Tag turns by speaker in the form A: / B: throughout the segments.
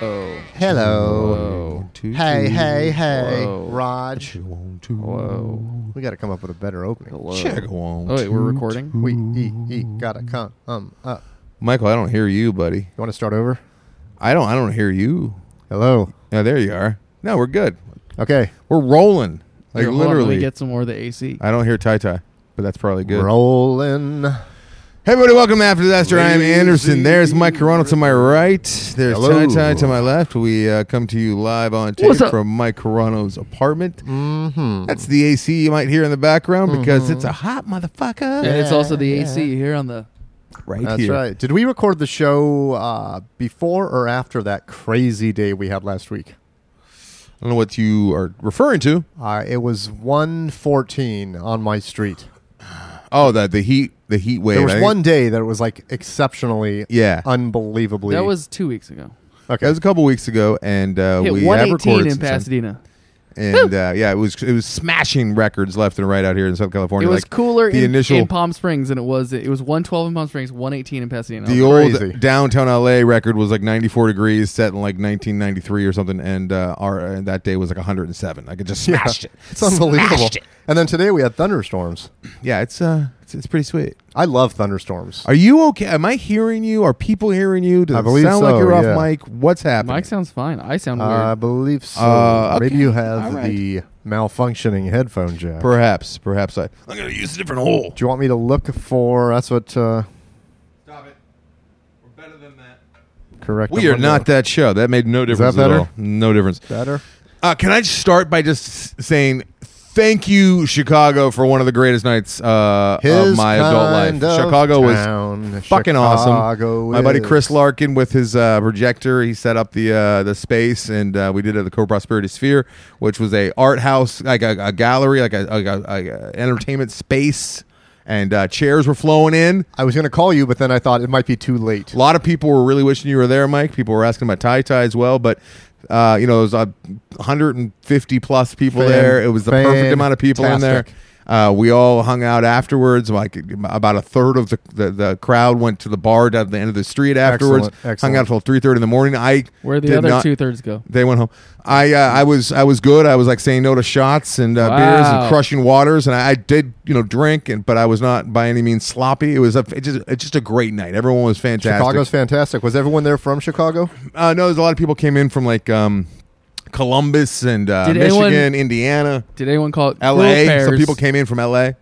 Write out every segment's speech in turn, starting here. A: Oh.
B: Hello.
C: Whoa.
B: Hey, hey, hey,
A: Whoa.
B: Raj.
A: Whoa.
B: We got to come up with a better opening.
A: Hello.
C: Check one.
A: Oh, wait, we're
C: two,
A: recording?
C: two.
B: We e, e, gotta come um up.
C: Michael, I don't hear you, buddy.
B: You want to start over?
C: I don't. I don't hear you.
B: Hello.
C: Oh, there you are. No, we're good.
B: Okay.
C: We're rolling. Like
A: Here, hold on, let me
C: literally.
A: get some more of the AC.
C: I don't hear tie tie, but that's probably good.
B: Rolling.
C: Hey, everybody, welcome to After Disaster. I am Anderson. There's Mike Corona to my right. There's
B: Hello.
C: Ty Ty to my left. We uh, come to you live on tape
A: What's up?
C: from Mike Corano's apartment.
B: Mm-hmm.
C: That's the AC you might hear in the background because
A: Mm-hmm.
C: it's a hot motherfucker.
A: and it's also the
B: Yeah.
A: AC here on the.
C: Right
B: That's
C: here.
B: right. Did we record the show uh, before or after that crazy day we had last week?
C: I don't know what you are referring to.
B: Uh, it was 114 on my street.
C: Oh, that the heat, the heat wave.
B: There
C: I
B: was
C: think-
B: one day that it was like exceptionally,
C: Yeah,
B: unbelievably.
A: That was two weeks ago.
C: That
B: okay.
C: was a couple weeks ago, and uh,
A: Hit
C: we have
A: 118
C: recorded
A: in
C: some-
A: Pasadena.
C: and uh, yeah, it was it was smashing records left and right out here in Southern
A: It
C: California.
A: was
C: like
A: cooler
C: the
A: in,
C: initial-
A: in Palm Springs than it was. It was 112 in Palm Springs, 118 in Pasadena.
C: the
A: I was
C: old
B: Crazy.
C: downtown LA record was like 94 degrees, set in like 1993 or something, and uh, our and that day was like 107. Like it just
B: Yeah.
C: smashed it.
B: It's unbelievable.
C: Smashed it.
B: And then today we had thunderstorms.
C: Yeah, it's uh, it's, it's pretty sweet.
B: I love thunderstorms.
C: Are you okay? Am I hearing you? Are people hearing you? Does
B: I
C: it
B: believe
C: sound
B: so,
C: like you're
B: yeah.
C: off mic? What's
A: like,
C: happening?
A: Mike sounds fine. I sound
B: I
A: weird.
B: believe so.
C: Uh, okay.
B: Maybe you have
C: All right.
B: the malfunctioning headphone jack.
C: perhaps, perhaps I. I'm gonna use a different hole.
B: Do you want me to look for? That's what uh,
C: Stop it. We're better than that.
B: correct.
C: We are not that show. That made no
B: Is
C: difference
B: that
C: at
B: better?
C: all. No difference.
B: better.
C: Uh, can I just start by just s- saying thank you, Chicago, for one of the greatest nights uh,
B: His
C: of my adult life.
B: kind of
C: Chicago was
B: town.
C: fucking
B: Chicago
C: awesome. My buddy
B: is-
C: Chris Larkin with his uh, projector, he set up the uh, the space, and uh, we did it at the Co Prosperity Sphere, which was a art house, like a, a gallery, like a, a, a, a entertainment space, and uh, chairs were flowing in.
B: I was going to call you, but then I thought it might be too late.
C: A lot of people were really wishing you were there, Mike. People were asking about tie tie as well, but uh, you know, it was uh, 150 plus people
B: Fan-
C: there. It was the perfect amount of people in there.
B: fantastic.
C: Uh, we all hung out afterwards. Like about a third of the, the, the crowd went to the bar down at the end of the street afterwards.
B: Excellent, excellent.
C: Hung out till three thirty in the morning. I
A: Where the
C: did
A: other
C: not-
A: two thirds go?
C: They went home. I uh, I was I was good. I was like saying no to shots and uh, beers
A: Wow.
C: and crushing waters, and I, I did you know drink, and but I was not by any means sloppy. It was a it just it's just a great night. Everyone was fantastic.
B: Chicago's fantastic. Was everyone there from Chicago?
C: Uh, no, there's a lot of people came in from like um, Columbus and uh,
A: Did
C: Michigan,
A: anyone-
C: Indiana,
A: Did anyone call it
C: L.A.
A: Group pairs?
C: Some people came in from L.A.,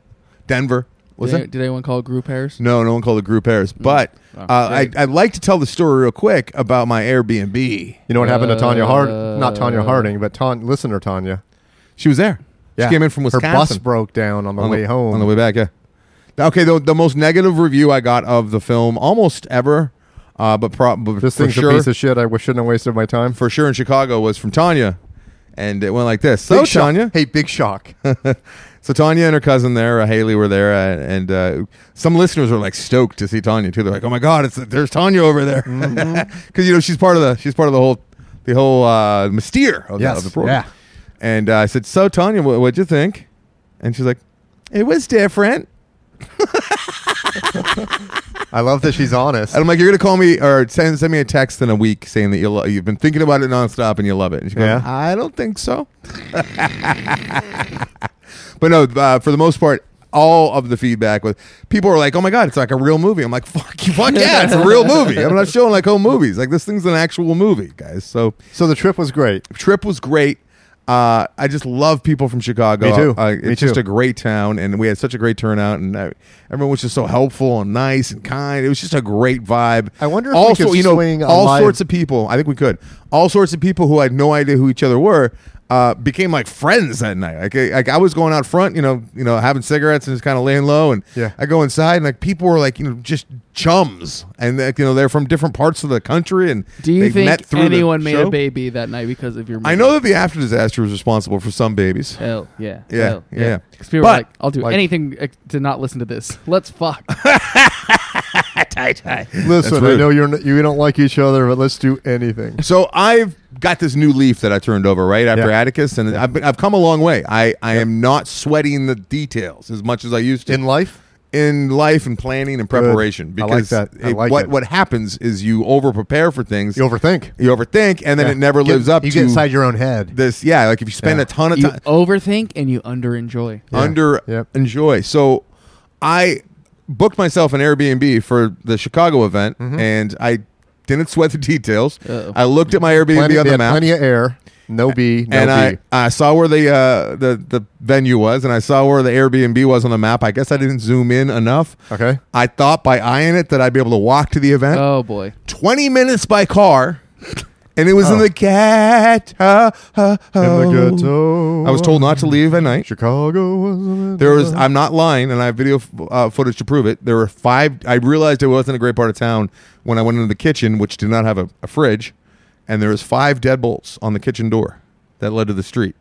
C: Denver. Was
A: did, any-
C: it?
A: did anyone call it group pairs?
C: No, no one called it group pairs. But
A: Oh,
C: uh, I,
A: great.
C: I'd like to tell the story real quick about my Airbnb.
B: You know what happened to Tanya Hard?
A: Uh,
B: Not Tanya Harding, but Ton- listener Tanya.
C: She was there. She came in from Wisconsin.
B: Her bus broke down on the way home.
C: on the way back. Yeah. Okay. The, the most negative review I got of the film almost ever, uh, but probably
B: this
C: for
B: thing's
C: sure,
B: a piece of shit. I shouldn't have wasted my time.
C: for sure in Chicago was from Tanya, and it went like this. So
B: big shock.
C: Tanya,
B: Hey, big shock.
C: So Tanya and her cousin there, uh, Haley, were there, uh, and uh, some listeners were like stoked to see Tanya too. They're like, "Oh my god, it's there's Tanya over there," because
B: Mm-hmm.
C: you know she's part of the she's part of the whole the whole uh, mystere of, the,
B: Yes,
C: of the program.
B: yeah.
C: And uh, I said, "So Tanya, what, what'd you think?" And she's like, "It was different."
B: I love that she's honest.
C: And I'm like, "You're gonna call me or send send me a text in a week saying that you lo- you've been thinking about it nonstop and you love it." And she goes,
B: Yeah.
C: "I don't think so." but no, uh, for the most part, all of the feedback was people were like, "Oh my god, it's like a real movie." I'm like, "Fuck you, fuck yeah, it's a real movie." I'm not showing like home movies. Like this thing's an actual movie, guys. So
B: So the trip was great.
C: trip was great. Uh, I just love people from Chicago.
B: Me too.
C: Uh, it's
B: Me
C: just
B: too.
C: a great town, and we had such a great turnout, and uh, everyone was just so helpful and nice and kind. It was just a great vibe.
B: I wonder if we
C: also,
B: could
C: you know,
B: swing a
C: all
B: live-
C: sorts of people. I think we could. All sorts of people who had no idea who each other were uh, became like friends that night. Like, I- like I was going out front, you know, you know, having cigarettes and just kind of laying low, and
B: Yeah.
C: I go inside, and like people were like, you know, just chums, and like, you know, they're from different parts of the country, and
A: Do you
C: they met
A: think
C: through the
A: anyone made
C: show.
A: a baby that night because of your? Movie?
C: I know that the after disaster was responsible for some babies.
A: Hell yeah.
C: Yeah,
A: Hell
C: yeah, yeah.
A: 'Cause people
C: But,
A: were like, I'll do
B: like-
A: anything ex- to not listen to this. Let's fuck.
B: Listen, I
C: rude.
B: know you're n- you don't like each other, but let's do anything.
C: So I've got this new leaf that I turned over right after
B: Yeah.
C: Atticus, and I've, been, I've come a long way. I, I am not sweating the details as much as I used to
B: In life,
C: in life and planning and preparation
B: I like
C: because
B: that. I
C: it-
B: like
C: what
B: it.
C: what happens is you over prepare for things.
B: You overthink.
C: you overthink and then
B: Yeah.
C: it never
B: Get-
C: lives up
B: You
C: to
B: get inside your own head.
C: this yeah like if you spend
B: Yeah.
C: a ton of
A: You
C: time
A: overthink and you underenjoy.
B: Yeah.
C: under
B: Yep.
C: enjoy. So I booked myself an Airbnb for the Chicago event,
B: Mm-hmm.
C: and I didn't sweat the details.
A: Uh-oh.
C: I looked at my Airbnb
B: plenty,
C: on
B: they
C: the
B: had
C: map,
B: plenty of air. No B. No
C: and
B: B.
C: I, I saw where the uh, the the venue was, and I saw where the Airbnb was on the map. I guess I didn't zoom in enough.
B: okay.
C: I thought by eyeing it that I'd be able to walk to the event.
A: Oh boy.
C: Twenty minutes by car. And it was in
B: Oh.
C: the ghetto.
B: In the ghetto.
C: I was told not to leave at night.
B: Chicago was.
C: There was. I'm not lying, and I have video f- uh, footage to prove it. There were five. I realized it wasn't a great part of town when I went into the kitchen, which did not have a, a fridge, and there was five deadbolts on the kitchen door that led to the street.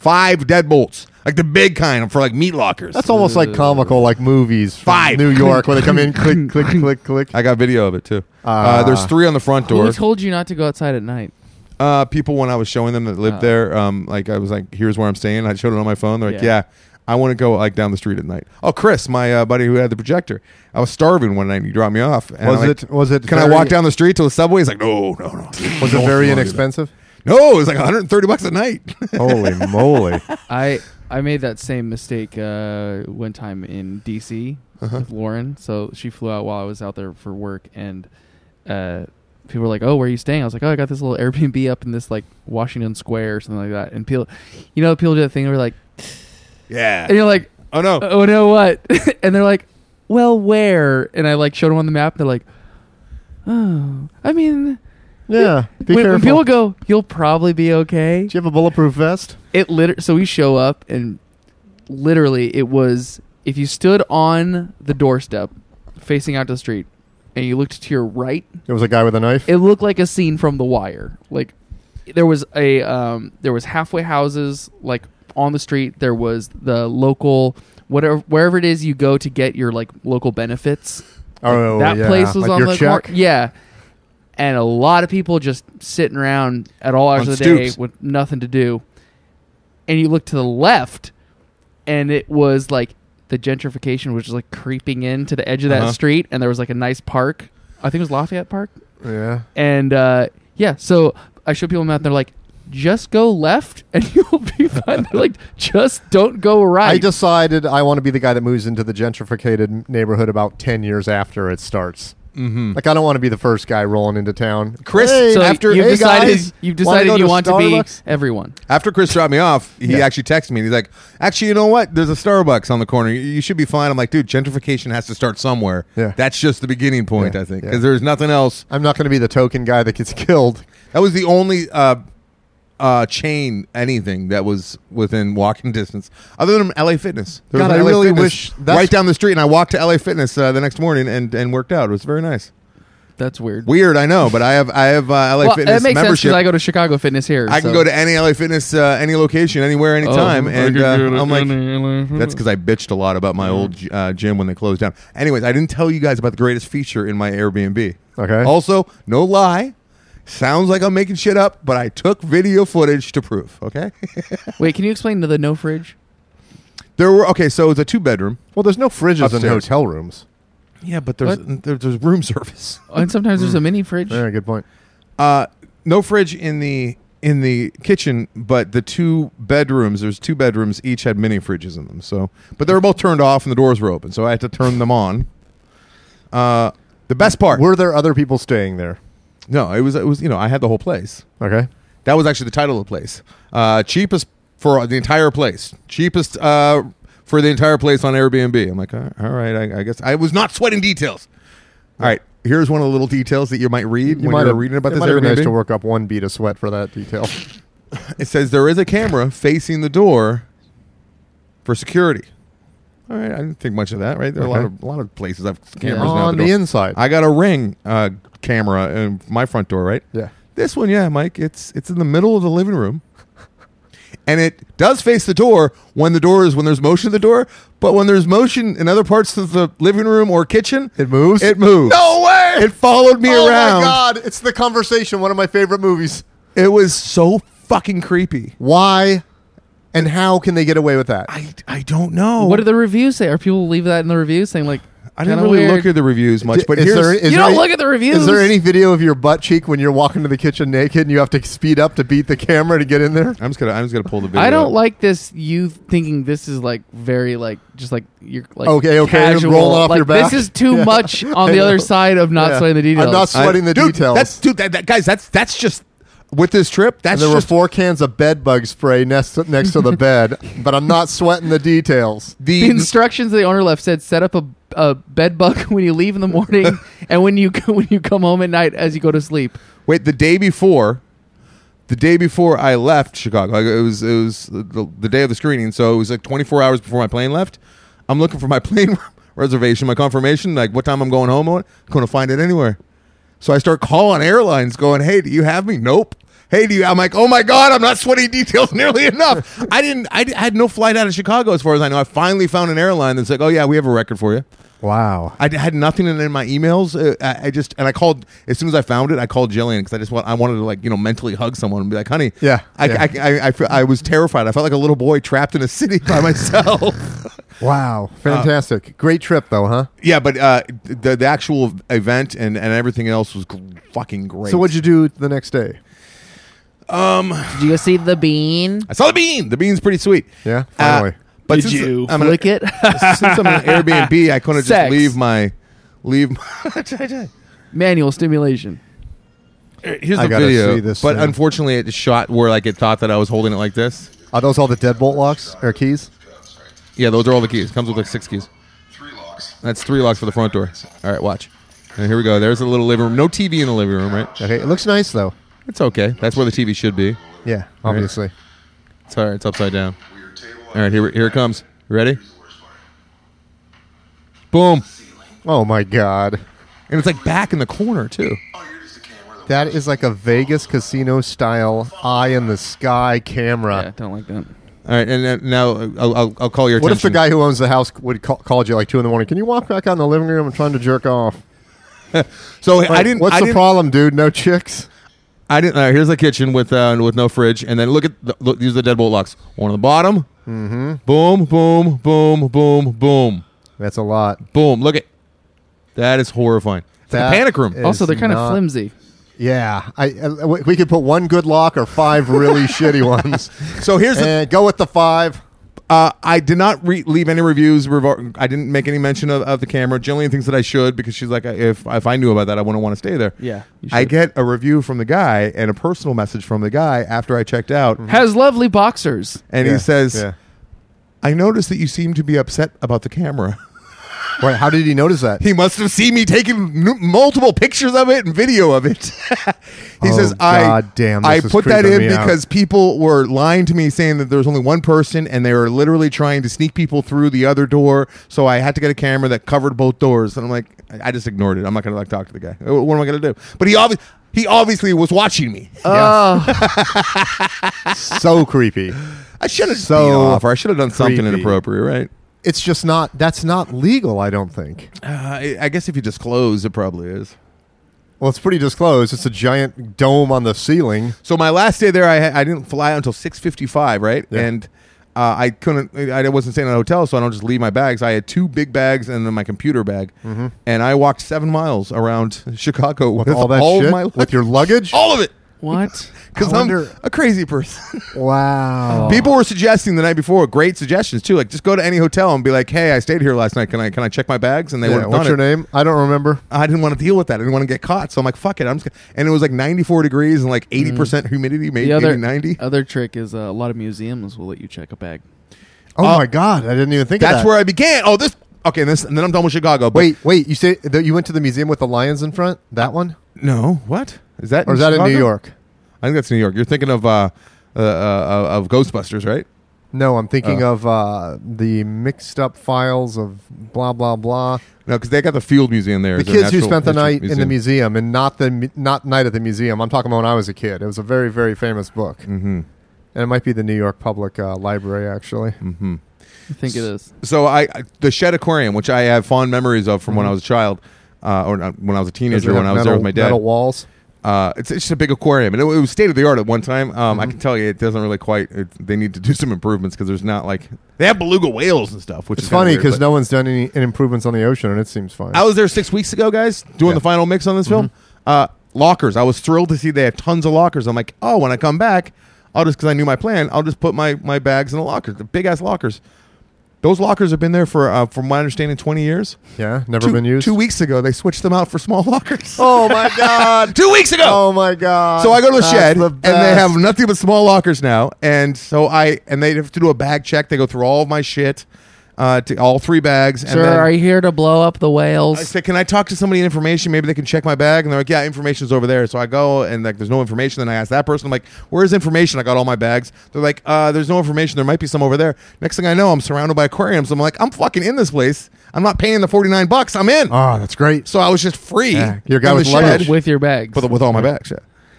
C: Five deadbolts, like the big kind for like meat lockers.
B: That's almost like comical, like movies. From
C: Five.
B: New York, where they come in, click, click, click, click.
C: I got video of it too. Uh,
B: Ah.
C: there's three on the front
A: Who
C: door.
A: told you not to go outside at night?
C: Uh, people when I was showing them that lived
A: Ah.
C: there, um, like I was like, "Here's where I'm staying." I showed it on my phone. They're like, "Yeah."
A: Yeah.
C: I want to go like down the street at night. Oh, Chris, my uh, buddy who had the projector, I was starving one night. and He dropped me off. And
B: Was
C: I'm like,
B: it? Was it?
C: Can I
B: very-
C: walk down the street to the subway? He's like, no, no, no.
B: Was
C: No,
B: it very
C: no, no.
B: inexpensive?
C: No, it was like 130 bucks a night.
B: Holy moly!
A: I I made that same mistake uh, one time in DC
C: Uh-huh.
A: with Lauren. So she flew out while I was out there for work, and uh, people were like, "Oh, where are you staying?" I was like, "Oh, I got this little Airbnb up in this like Washington Square or something like that." And people, you know, people do that thing. They're like, and
C: yeah.
A: you're like,
C: Oh no.
A: "Oh no, what?" and they're like, "Well, where?" And I like showed them on the map. They're like, "Oh, I mean."
B: Yeah, be
A: when, when
B: careful.
A: people go, you'll probably be okay.
B: Do you have a bulletproof vest?
A: It liter- so we show up and literally it was if you stood on the doorstep facing out to the street and you looked to your right,
B: It was a guy with a knife.
A: it looked like a scene from The Wire. Like there was a um, there was halfway houses like on the street. There was the local whatever wherever it is you go to get your like local benefits.
B: oh,
A: that
B: yeah.
A: place was
B: like
A: on
B: your
A: the
B: check.
A: cor- yeah. And a lot of people just sitting around at all hours
C: On
A: of the
C: stoops.
A: day with nothing to do. And you look to the left, and it was like the gentrification was just like creeping into the edge of that
C: Uh-huh.
A: street, and there was like a nice park. I think it was Lafayette Park.
B: Yeah.
A: And uh, yeah, so I show people a map, and they're like, just go left, and you'll be fine. They're like, just don't go right.
B: I decided I want to be the guy that moves into the gentrificated neighborhood about 10 years after it starts.
C: Mm-hmm.
B: Like, I don't want to be the first guy rolling into town.
C: Chris,
B: Hey,
A: so
B: after,
A: you've
B: hey,
A: decided
B: guys,
A: you've
B: wanna
A: decided
B: go
A: you want
B: Starbucks?
A: to be everyone.
C: After Chris dropped me off, he
B: Yeah.
C: actually texted me. and He's like, actually, you know what? There's a Starbucks on the corner. You- You should be fine. I'm like, dude, gentrification has to start somewhere.
B: Yeah.
C: That's just the beginning point,
B: Yeah,
C: I think,
B: yeah.
C: because there's nothing else.
B: I'm not going to be the token guy that gets killed.
C: That was the only uh, uh, chain anything that was within walking distance, other than LA Fitness. There was
B: God,
C: an
B: I
C: LA
B: really
C: Fitness
B: wish- that's-
C: right down the street, and I walked to LA Fitness uh, the next morning and, and worked out. It was very nice.
A: That's weird.
C: Weird, I know, but I have I have uh, LA
A: well,
C: Fitness
A: that makes sense
C: membership.
A: because I go to Chicago Fitness here.
C: I can
A: so-
C: go to any LA Fitness, uh, any location, anywhere,
A: Oh,
C: anytime,
A: I
C: and
A: could
C: uh,
A: go to
C: I'm like,
A: any-
C: that's because I bitched a lot about my old g- uh, gym when they closed down. Anyways, I didn't tell you guys about the greatest feature in my Airbnb.
B: Okay.
C: Also, no lie, sounds like I'm making shit up, but I took video footage to prove. Okay.
A: Wait, can you explain to the no fridge?
C: there were okay, so it's a two bedroom.
B: Well, there's no fridges in
C: Upstairs.
B: hotel rooms.
C: Yeah, but
A: there's-
C: there's room service.
A: And sometimes
C: Mm.
A: there's a mini fridge.
B: Yeah, good point.
C: Uh, no fridge in the in the kitchen, but the two bedrooms. There's two bedrooms. Each had mini fridges in them. So, but they were both turned off and the doors were open. So I had to turn them on. Uh, the best part.
B: Were there other people staying there?
C: no, it was it was you know I had the whole place.
B: Okay.
C: That was actually the title of the place. Uh, cheapest for the entire place. Cheapest uh, for the entire place on Airbnb. I'm like, all all right, I, I guess I was not sweating details. All right, here's one of the little details that you might read when you're reading about
B: it
C: this
B: might have
C: Airbnb.
B: been nice to work up one bead of sweat for that detail.
C: It says there is a camera facing the door for security. All right, I didn't think much of that. Right, there are a lot
B: Okay.
C: of a lot of places I've
A: Yeah.
C: cameras now at
B: On
C: the
B: the
C: door.
B: inside.
C: I got a ring uh, camera in my front door. Right,
B: yeah.
C: this one, yeah, Mike. It's it's in the middle of the living room, and it does face the door when the door is when there's motion of the door. But when there's motion in other parts of the living room or kitchen,
B: It moves?
C: It moves.
B: No way!
C: It followed me
B: oh
C: around.
B: my god, it's The Conversation, one of my favorite movies.
C: It was so fucking creepy.
B: Why And how can they get away with that?
C: I, I don't know.
A: What do the reviews say? Are people leave that in the reviews saying like,
C: I didn't
A: kinda
C: really
A: weird.
C: look at the reviews much,
B: D-
C: but
B: is
C: here's
B: there- is
A: you don't
B: there-
A: look at the reviews.
B: Is there any video of your butt cheek when you're walking to the kitchen naked and you have to speed up to beat the camera to get in there?
C: I'm just gonna I'm just gonna pull the video.
A: I don't
C: up.
A: like this. You thinking this is like very like just like you're like
B: Okay, okay,
A: casual.
B: roll off
A: like,
B: your back.
A: This is too
B: Yeah.
A: much on
B: I
A: the
B: know.
A: other side of not
B: Yeah.
A: sweating the
B: I'm
A: details.
B: not sweating the
C: dude,
B: details.
C: That's dude, that, that guys, that's that's just with this trip.
B: And
C: That's
B: there were
C: just
B: four cans of bed bug spray next to, next to the bed, but I'm not sweating the details.
C: the
A: the instructions the owner left said set up a, a bed bug when you leave in the morning and when you when you come home at night as you go to sleep.
C: wait the day before. The day before I left Chicago, like it was it was the, the day of the screening, so it was like 24 hours before my plane left. I'm looking for my plane reservation, my confirmation, like what time I'm going home. on. Couldn't find it anywhere, so I start calling airlines, going, "Hey, do you have me?" Nope. Hey, do you? I'm like, oh my god, I'm not sweating details nearly enough. I didn't. I, d- I had no flight out of Chicago, as far as I know. I finally found an airline that's like, oh yeah, we have a record for you.
B: Wow.
C: I d- had nothing in, in my emails. Uh, I, I just and I called as soon as I found it. I called Jillian because I just want I wanted to like you know mentally hug someone and be like, honey,
B: Yeah,
C: I
B: yeah.
C: I, I, I, feel- I was terrified. I felt like a little boy trapped in a city by myself.
B: Wow. Fantastic. Great trip, though, huh?
C: yeah, but uh, the the actual event and and everything else was g- fucking great.
B: So, what'd you do the next day?
A: Did you see the bean?
C: I saw the bean. The bean's pretty sweet.
B: Yeah,
C: Uh,
B: finally.
C: but
A: Did
C: since
A: you
C: I'm an,
A: flick it?
C: since I'm an Airbnb, I couldn't just
A: Sex.
C: leave my leave. My,
A: Manual stimulation.
C: Here's
B: I
C: the
B: gotta
C: video,
B: see this
C: but
B: thing.
C: unfortunately, it shot where like it thought that I was holding it like this.
B: Are those all the deadbolt locks or keys?
C: Yeah, those are all the keys. Comes with like six keys.
D: Three locks.
C: That's three locks for the front door. All right, watch. And here we go. There's the little living room. No TV in the living room, right?
B: Okay. It looks nice, though.
C: It's okay. That's where the TV should be.
B: Yeah, obviously.
C: It's all right. It's upside down.
D: Weird table.
C: All right, here here it comes. You ready? Boom.
B: Oh, my God.
C: And it's like back in the corner too.
D: Oh, you're just a camera. that-
B: That is like a Vegas casino style eye in the sky camera.
A: Yeah, don't like that.
C: All right, and then now I'll, I'll, I'll call your attention.
B: What if the guy who owns the house would call, called you like two in the morning? Can you walk back out in the living room? I'm trying to jerk off.
C: So I
B: Like,
C: didn't.
B: What's
C: I
B: the
C: didn't,
B: problem, dude? No chicks.
C: I didn't. all right, here's the kitchen with uh, with no fridge, and then look at the, look, these are the deadbolt locks. One on the bottom. Mm-hmm. Boom, boom, boom, boom, boom,
B: That's a lot.
C: boom. Look at that is horrifying. It's like
B: That
C: a panic room.
B: is-
A: Also, they're kind
B: not-
A: of flimsy.
B: Yeah, I, I w- we could put one good lock or five really shitty ones.
C: So here's the
B: And go with the five.
C: Uh, I did not re- leave any reviews. Revo- I didn't make any mention of, of the camera. Jillian thinks that I should because she's like, if if I knew about that, I wouldn't want to stay there.
A: Yeah, you
C: I
A: should.
C: get a review from the guy and a personal message from the guy after I checked out,
A: Has lovely boxers.
C: and
B: Mm-hmm. Yeah,
C: he says,
B: yeah.
C: "I noticed that you seem to be upset about the camera."
B: Wait, how did he notice that?
C: he must have seen me taking n- multiple pictures of it and video of it. he
B: Oh,
C: says, "I
B: God damn,
C: I
B: this is
C: put that
B: creeping
C: in
B: me out.
C: because people were lying to me, saying that there's only one person, and they were literally trying to sneak people through the other door. So I had to get a camera that covered both doors. And I'm like, I I just ignored it. I'm not gonna like talk to the guy. Wh- What am I gonna do? But he obviously he obviously was watching me.
A: Oh,
B: so creepy.
C: I should have
B: So
C: so off, or I should have done something
B: creepy.
C: inappropriate, right?
B: It's just not. That's not legal. I don't think.
C: Uh, I, I guess if you disclose, it probably is.
B: Well, it's pretty disclosed. It's a giant dome on the ceiling.
C: So my last day there, I ha- I didn't fly out until six fifty five, right?
B: Yeah.
C: And uh, I couldn't. I wasn't staying in a hotel, so I don't just leave my bags. I had two big bags and then my computer bag, and I walked seven miles around Chicago with,
B: Mm-hmm. With all that
C: of
B: shit
C: my
B: with your luggage.
C: all of it.
A: what?
C: Because
B: I
C: I'm
B: wonder-
C: a crazy person.
B: Wow.
C: People were suggesting the night before great suggestions too. Like just go to any hotel and be like, "Hey, I stayed here last night. Can I can I check my bags?" And they would
B: Yeah,
C: have
B: what's
C: done
B: your
C: it.
B: name? I don't remember.
C: I didn't want to deal with that. I didn't want to get caught. So I'm like, "Fuck it." I'm just. Gonna... And it was like 94 degrees and like 80 percent humidity, maybe
A: The other
C: 90.
A: other trick is uh, a lot of museums will let you check a bag.
B: Oh
C: Uh,
B: my god, I didn't even think
C: That's
B: of that.
C: where I began. Oh, this. Okay, and, this, and then I'm done with Chicago. But
B: Wait, wait. You say that you went to the museum with the lions in front? That one,
C: no, what is that?
B: or is that in New
C: Chicago?
B: York?
C: I think that's New York. You're thinking of uh, uh, uh, of Ghostbusters, right?
B: No, I'm thinking of uh, the mixed up files of blah blah blah.
C: No, because they got the Field Museum there.
B: The
C: It's a
B: kids who
C: natural
B: spent the
C: history
B: night in the museum and not the mu- not night at the museum. I'm talking about when I was a kid. It was a very very famous book,
C: Mhm.
B: and it might be the New York Public uh, Library actually.
C: Mm.
A: I think it is.
C: So I I- the Shed Aquarium, which I have fond memories of from when I was a child, uh, or not, when I was a
B: Does it
C: teenager,
B: Mm-hmm. have
C: when I was there
B: metal-
C: with my dad.
B: Metal walls.
C: Uh, it's, it's just a big aquarium, and it, it was state of the art at one time. Um, I
B: Mm-hmm.
C: can tell you, it doesn't really quite. It, they need to do some improvements because there's not like they have beluga whales and stuff, which
B: It's
C: is kinda
B: funny
C: weird,
B: because
C: but-
B: no one's done any, any improvements on the ocean, and it seems fine.
C: I was there six weeks ago, guys, doing
B: Yeah. Mm-hmm.
C: the final mix on this film. Uh, lockers. I was thrilled to see they have tons of lockers. I'm like, oh, when I come back, I'll just because I knew my plan. I'll just put my my bags in the locker, the big ass lockers. Those lockers have been there for, uh, from my understanding, 20 years.
B: yeah, never
C: two,
B: been used.
C: Two weeks ago, they switched them out for small lockers.
B: Oh my god!
C: two weeks ago.
B: Oh my god!
C: So I go to the
B: That's
C: shed,
B: the
C: and they have
B: best.
C: nothing but small lockers now. And so I and they have to do a bag check. They go through all of my shit, uh, to all three bags. and
A: Sir,
C: then-
A: are you here to blow up the
C: I
A: whales?
C: said, "Can I talk to somebody in information? Maybe they can check my bag." And they're like, "Yeah, information's over there." So I go and like, there's no information. Then I ask that person, I'm like, "Where's information?" I got all my bags. They're like, "Uh, there's no information. There might be some over there." Next thing I know, I'm surrounded by aquariums. I'm like, "I'm fucking in this place. I'm not paying the 49 bucks. I'm in."
B: Oh, that's great.
C: so I was just free.
B: Yeah, your guy
C: in
B: was
C: the
B: luggage.
C: with,
A: With your bags.
C: with, with all my bags. Yeah.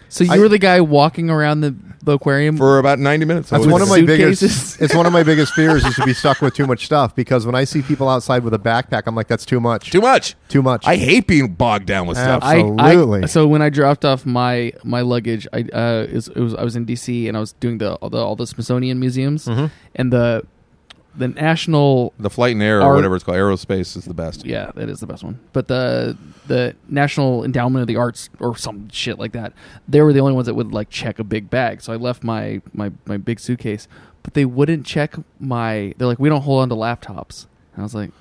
A: so you
B: I-
A: were the guy walking around the, the aquarium?
C: For about 90 minutes. I
B: That's
C: was-
B: one of my
A: suitcases.
B: biggest. It's one of my biggest fears is to be stuck with too much stuff because when I see people outside with a backpack, I'm like, that's too much.
C: Too much.
B: Too much.
C: I hate being bogged down with stuff.
A: I- I-
B: Absolutely.
A: so when I dropped off my my luggage, I uh, it was, it was I was in D.C. and I was doing the all the, all the Smithsonian museums and the the National.
C: the flight and air or
A: Our-
C: whatever it's called, aerospace is the best.
A: Yeah, that is the best one. But the the National Endowment of the Arts or some shit like that. They were the only ones that would like check a big bag. So I left my my my big suitcase, but they wouldn't check my. They're like, we don't hold on to laptops. And I was like,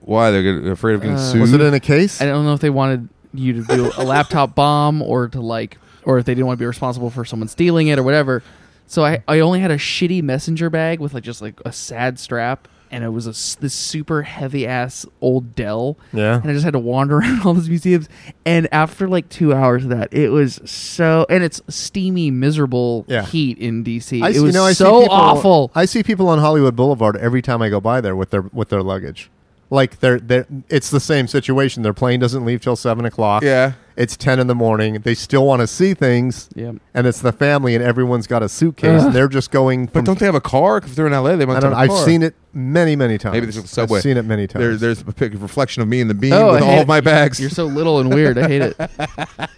C: Why they're getting- afraid of getting
A: Uh,
C: sued?
B: Was it in a case?
A: I don't know if they wanted you to do a laptop bomb or to like, or if they didn't want to be responsible for someone stealing it or whatever. So I, I only had a shitty messenger bag with like just like a sad strap, and it was a s this super heavy ass old Dell.
B: Yeah.
A: and I just had to wander around all these museums. And after like two hours of that, it was so, and it's steamy, miserable
B: Yeah.
A: heat in DC.
B: I
A: it
B: see-
A: was
B: you know, I see
A: so
B: people-
A: awful.
B: I see people on Hollywood Boulevard every time I go by there with their with their luggage. Like they're they are it's the same situation. Their plane doesn't leave till seven o'clock.
C: Yeah.
B: It's ten in the morning. They still want to see things.
A: Yeah.
B: And it's the family, and everyone's got a suitcase. and they're just going.
C: But
B: From,
C: don't they have a car? If they're in LA, they might
B: I don't.
C: have a
B: I've
C: car.
B: seen it many, many times.
C: Maybe there's a subway.
B: I've seen it many times.
C: There, there's a pic- reflection of me in the beam
A: Oh,
C: with
A: I
C: all
A: hate
C: of my
A: it.
C: bags.
A: You're so little and weird. I hate it.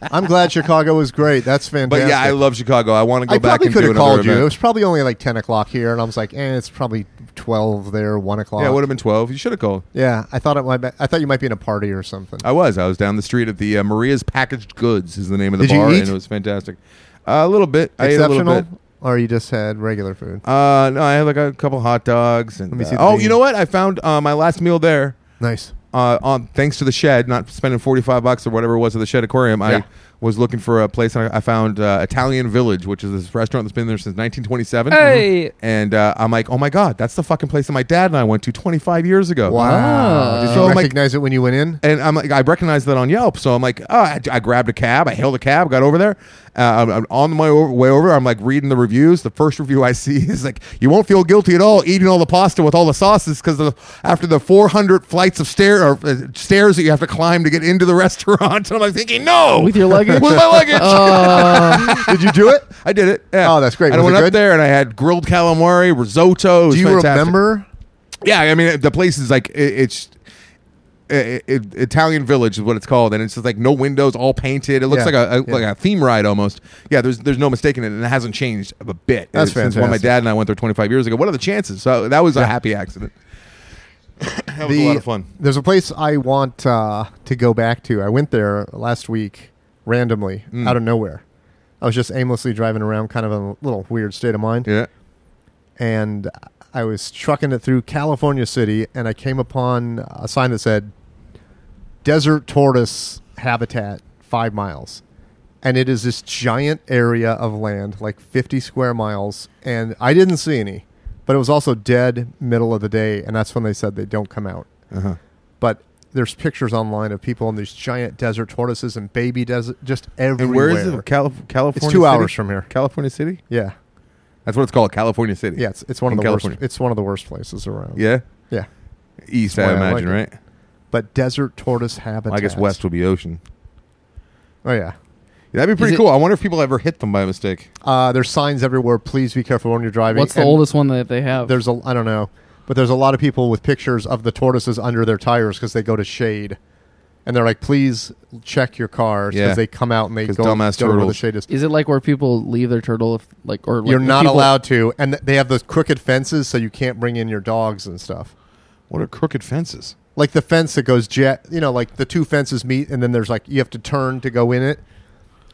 B: I'm glad Chicago was great. That's
C: but
B: fantastic.
C: yeah, I love Chicago. I want to go
B: I
C: back
B: probably
C: and
B: could
C: do
B: have
C: another
B: called you. It
C: event.
B: was probably only like ten o'clock here, and I was like, eh, it's probably twelve there, one o'clock.
C: Yeah, it would have been 12. You should have called.
B: Yeah, I thought it might. Be, I thought you might be in a party or something.
C: I was. I was down the street at the uh, Maria's Packaged Goods is the name of the
B: Did you
C: bar,
B: eat?
C: and it was fantastic. Uh, a little bit. I ate a little
B: Exceptional,
C: bit.
B: or you just had regular food.
C: Uh, no, I had like a couple hot dogs. And
B: Let me
C: uh,
B: see the
C: oh,
B: menu.
C: you know what? I found uh, my last meal there.
B: Nice.
C: uh, on thanks to the shed, not spending forty five bucks or whatever it was at the shed aquarium.
B: Yeah.
C: I was looking for a place, and I, I found uh, Italian Village, which is this restaurant that's been there since nineteen twenty seven.
A: Hey.
C: And uh, I'm like, oh my god, that's the fucking place that my dad and I went to twenty five years ago.
B: Wow. Did you
C: So, like-
B: recognize it when you went in?
C: And I'm like, I recognized that on Yelp, so I'm like, oh, I, I grabbed a cab, I hailed a cab, got over there. Uh, I'm, I'm on my o- way over, I'm like reading the reviews. The first review I see is like, you won't feel guilty at all eating all the pasta with all the sauces because after the 400 flights of stair or, uh, stairs that you have to climb to get into the restaurant, I'm like thinking, no,
A: With your luggage? Um,
C: with my luggage.
B: Did you do it?
C: I did it. yeah.
B: Oh, that's great.
C: And I
B: Was it
C: went up
B: good?
C: there and I had grilled calamari, risotto. It was
B: Do you
C: fantastic.
B: remember?
C: Yeah, I mean the place is like it, it's i i Italian Village is what it's called, and it's just like no windows, all painted. It looks
B: Yeah,
C: like a, a-
B: yeah.
C: like a theme ride almost. Yeah, there's there's no mistaking it, and it hasn't changed a bit
B: That's
C: since when my
B: fantastic.
C: dad and I went there 25 years ago. What are the chances? So that was a happy accident. that was a lot of fun.
B: There's a place I want uh, to go back to. I went there last week randomly
C: Mm.
B: out of nowhere. I was just aimlessly driving around, kind of in a little weird state of mind.
C: Yeah,
B: and I was trucking it through California City, and I came upon a sign that said "Desert Tortoise Habitat, five miles," and it is this giant area of land, like fifty square miles, and I didn't see any, but it was also dead middle of the day, and that's when they said they don't come out.
C: uh-huh.
B: But there's pictures online of people on these giant desert tortoises and baby desert, just everywhere.
C: and where is it? Calif- California.
B: It's two
C: City?
B: hours from here.
C: California City.
B: Yeah,
C: That's what it's called, California City.
B: yeah. It's, it's one
C: In
B: of the
C: California.
B: worst. It's one of the worst places around.
C: Yeah,
B: yeah.
C: east.
B: That's
C: I
B: why I
C: imagine,
B: like it.
C: right?
B: but desert tortoise habitat.
C: Well, I guess west would be ocean.
B: Oh yeah.
C: Yeah, that'd be pretty
A: it-
C: cool. I wonder if people ever hit them by mistake.
B: Uh, there's signs everywhere. Please be careful when you're driving.
A: What's the
B: And
A: oldest one that they have?
B: There's a I don't know, but there's a lot of people with pictures of the tortoises under their tires because they go to shade, and and they're like, "Please check your car," because
C: Yeah.
B: they come out and they
C: 'Cause
B: go,
C: dumbass
B: go to where the
C: turtles.
B: shade is.
A: Is it like where people leave their turtle if like or like
B: You're
A: if
B: not
A: people-
B: allowed to, and th- they have those crooked fences, so you can't bring in your dogs and stuff.
C: What are crooked fences?
B: Like the fence that goes jet, you know, like the two fences meet, and then there's like you have to turn to go in it.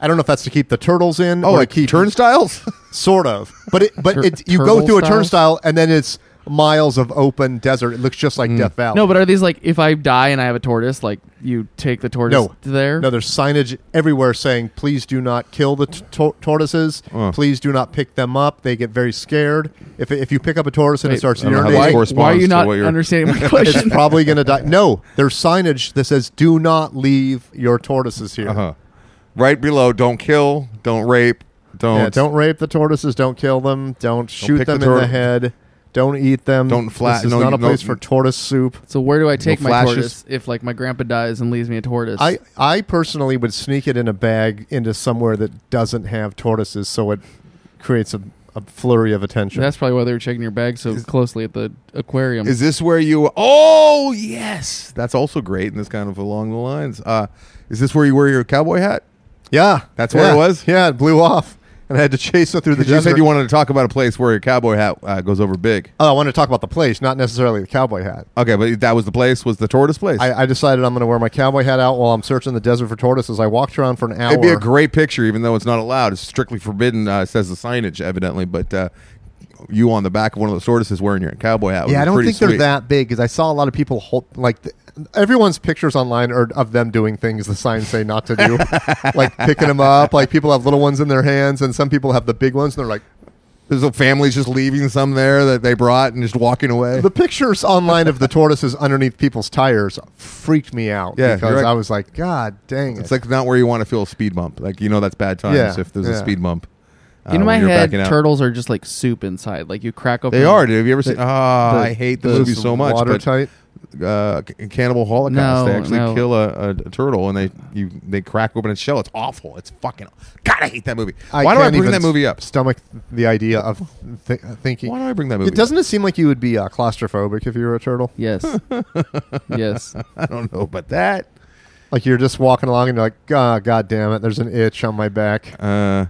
B: I don't know if that's to keep the turtles in
C: Oh,
B: or
C: like
B: to keep
C: turnstiles?
B: sort of. But it, but
A: Tur-
B: it, you go
A: turtle
B: through a
A: style?
B: turnstile, and then it's miles of open desert. It looks just like Death Valley.
A: No, but are these like if I die and I have a tortoise, like you take the tortoise
B: No.
A: there?
B: No, there's signage everywhere saying, "Please do not kill the t- tor- tortoises.
C: Oh.
B: Please do not pick them up. They get very scared. If if you pick up a tortoise and
A: Wait,
B: it starts
C: I don't know how this
B: urinating,
C: corresponds
A: Why are you
C: to
A: not
C: what you're-
A: understanding my
B: it's
A: question?
B: probably going to die." No, there's signage that says, "Do not leave your tortoises here.
C: Uh-huh. Right below, don't kill, don't rape, don't
B: Yeah, don't rape the tortoises. Don't kill them. Don't shoot
C: Oh, pick
B: them
C: the
B: in the
C: tor-
B: head." Don't eat them.
C: Don't flat-
B: This is
C: no,
B: not a
C: no-
B: place for tortoise soup.
A: so where do I take my
C: flashes?
A: tortoise if like my grandpa dies and leaves me a tortoise?
B: I, I personally would sneak it in a bag into somewhere that doesn't have tortoises, so it creates a, a flurry of attention.
A: That's probably why they were checking your bag so closely at the aquarium.
C: Is this where you? Oh yes, that's also great, and this kind of along the lines. Uh, is this where you wear your cowboy hat?
B: yeah,
C: That's where
B: yeah.
C: it was?
B: Yeah, it blew off, and I had to chase it through the
C: 'Cause you
B: desert.
C: said you wanted to talk about a place where your cowboy hat uh, goes over big.
B: oh, I wanted to talk about the place, not necessarily the cowboy hat.
C: Okay, but that was the place. Was the tortoise place?
B: I, I decided I'm going to wear my cowboy hat out while I'm searching the desert for tortoises. I walked around for an hour.
C: It'd be a great picture, even though it's not allowed. It's strictly forbidden. Uh, it says the signage, evidently, but. Uh, you on the back of one of those tortoises wearing your cowboy hat. would
B: yeah,
C: be
B: I don't
C: pretty
B: think
C: sweet.
B: they're that big because I saw a lot of people hold like th- everyone's pictures online are of them doing things the signs say not to do, like picking them up. Like people have little ones in their hands, and some people have the big ones, and they're like,
C: There's a family's just leaving some there that they brought and just walking away.
B: the pictures online of the tortoises underneath people's tires freaked me out
C: Yeah,
B: because
C: you're right.
B: I was like, God dang it.
C: It's like not where you want to feel a speed bump. Like you know that's bad times
B: Yeah,
C: if there's a
B: yeah.
C: speed bump. uh,
A: in
C: when
A: my
C: you're
A: head,
C: backing out.
A: turtles are just like soup inside. Like you crack open.
C: They are, dude. Have you ever seen?
B: The-
C: Ah,
B: the-
C: I hate the
B: those
C: movie so much. But,
B: Watertight.
C: uh, C- Cannibal Holocaust.
A: No,
C: they actually
A: no.
C: kill a, a, a turtle and they you they crack open its shell. It's awful. It's fucking. God, I hate that movie. Why do I
B: can't
C: bring
B: even
C: that movie up?
B: Stomach the idea of th- thinking.
C: Why do I bring that movie?
B: It doesn't it seem like you would be uh, claustrophobic if you were a turtle?
A: Yes. yes.
C: Up? I don't know about that.
B: Like you're just walking along and you're like, God, God damn it, there's an itch on my back.
C: Uh,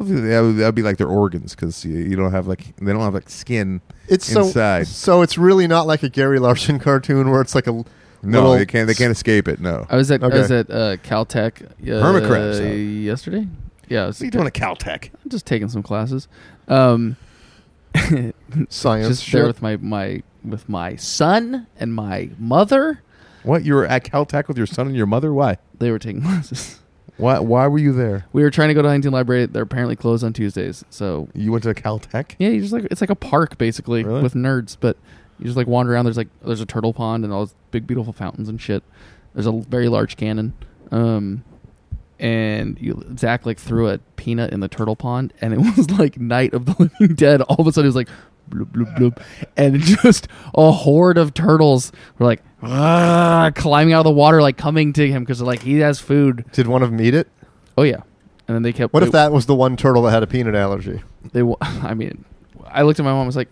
C: I think that would, that would be like their organs because you, you don't have like they don't have like skin
B: It's so
C: inside.
B: so it's really not like a Gary Larson cartoon where it's like a l-
C: no,
B: little
C: they can't. They can't escape it. No.
A: I was at
B: Okay.
A: I was at uh, Caltech. Uh,
C: Hermit crabs, huh?
A: yesterday. Yeah, I was
C: what are you doing at Caltech?
A: I'm just taking some classes. Um,
B: science.
A: just
B: shit.
A: there with my my with my son and my mother.
C: What you were at Caltech with your son and your mother? Why?
A: They were taking classes.
C: Why? Why were you there?
A: We were trying to go to Huntington Library. They're apparently closed on Tuesdays. So
C: You went to Caltech.
A: yeah, you just like it's like a park basically
C: Really?
A: with nerds, but you just like wander around. There's like there's a turtle pond and all those big beautiful fountains and shit. There's a very large cannon. Um, and you, Zach like threw a peanut in the turtle pond, and it was like Night of the Living Dead. All of a sudden, it was like bloop bloop bloop, and just a horde of turtles were like "Ah," climbing out of the water, like coming to him because they're like he has food.
B: Did one of them eat it?
A: Oh yeah, and then they kept.
B: What
A: they-
B: if that was the one turtle that had a peanut allergy?
A: they wa- I mean, I looked at my mom. I was like,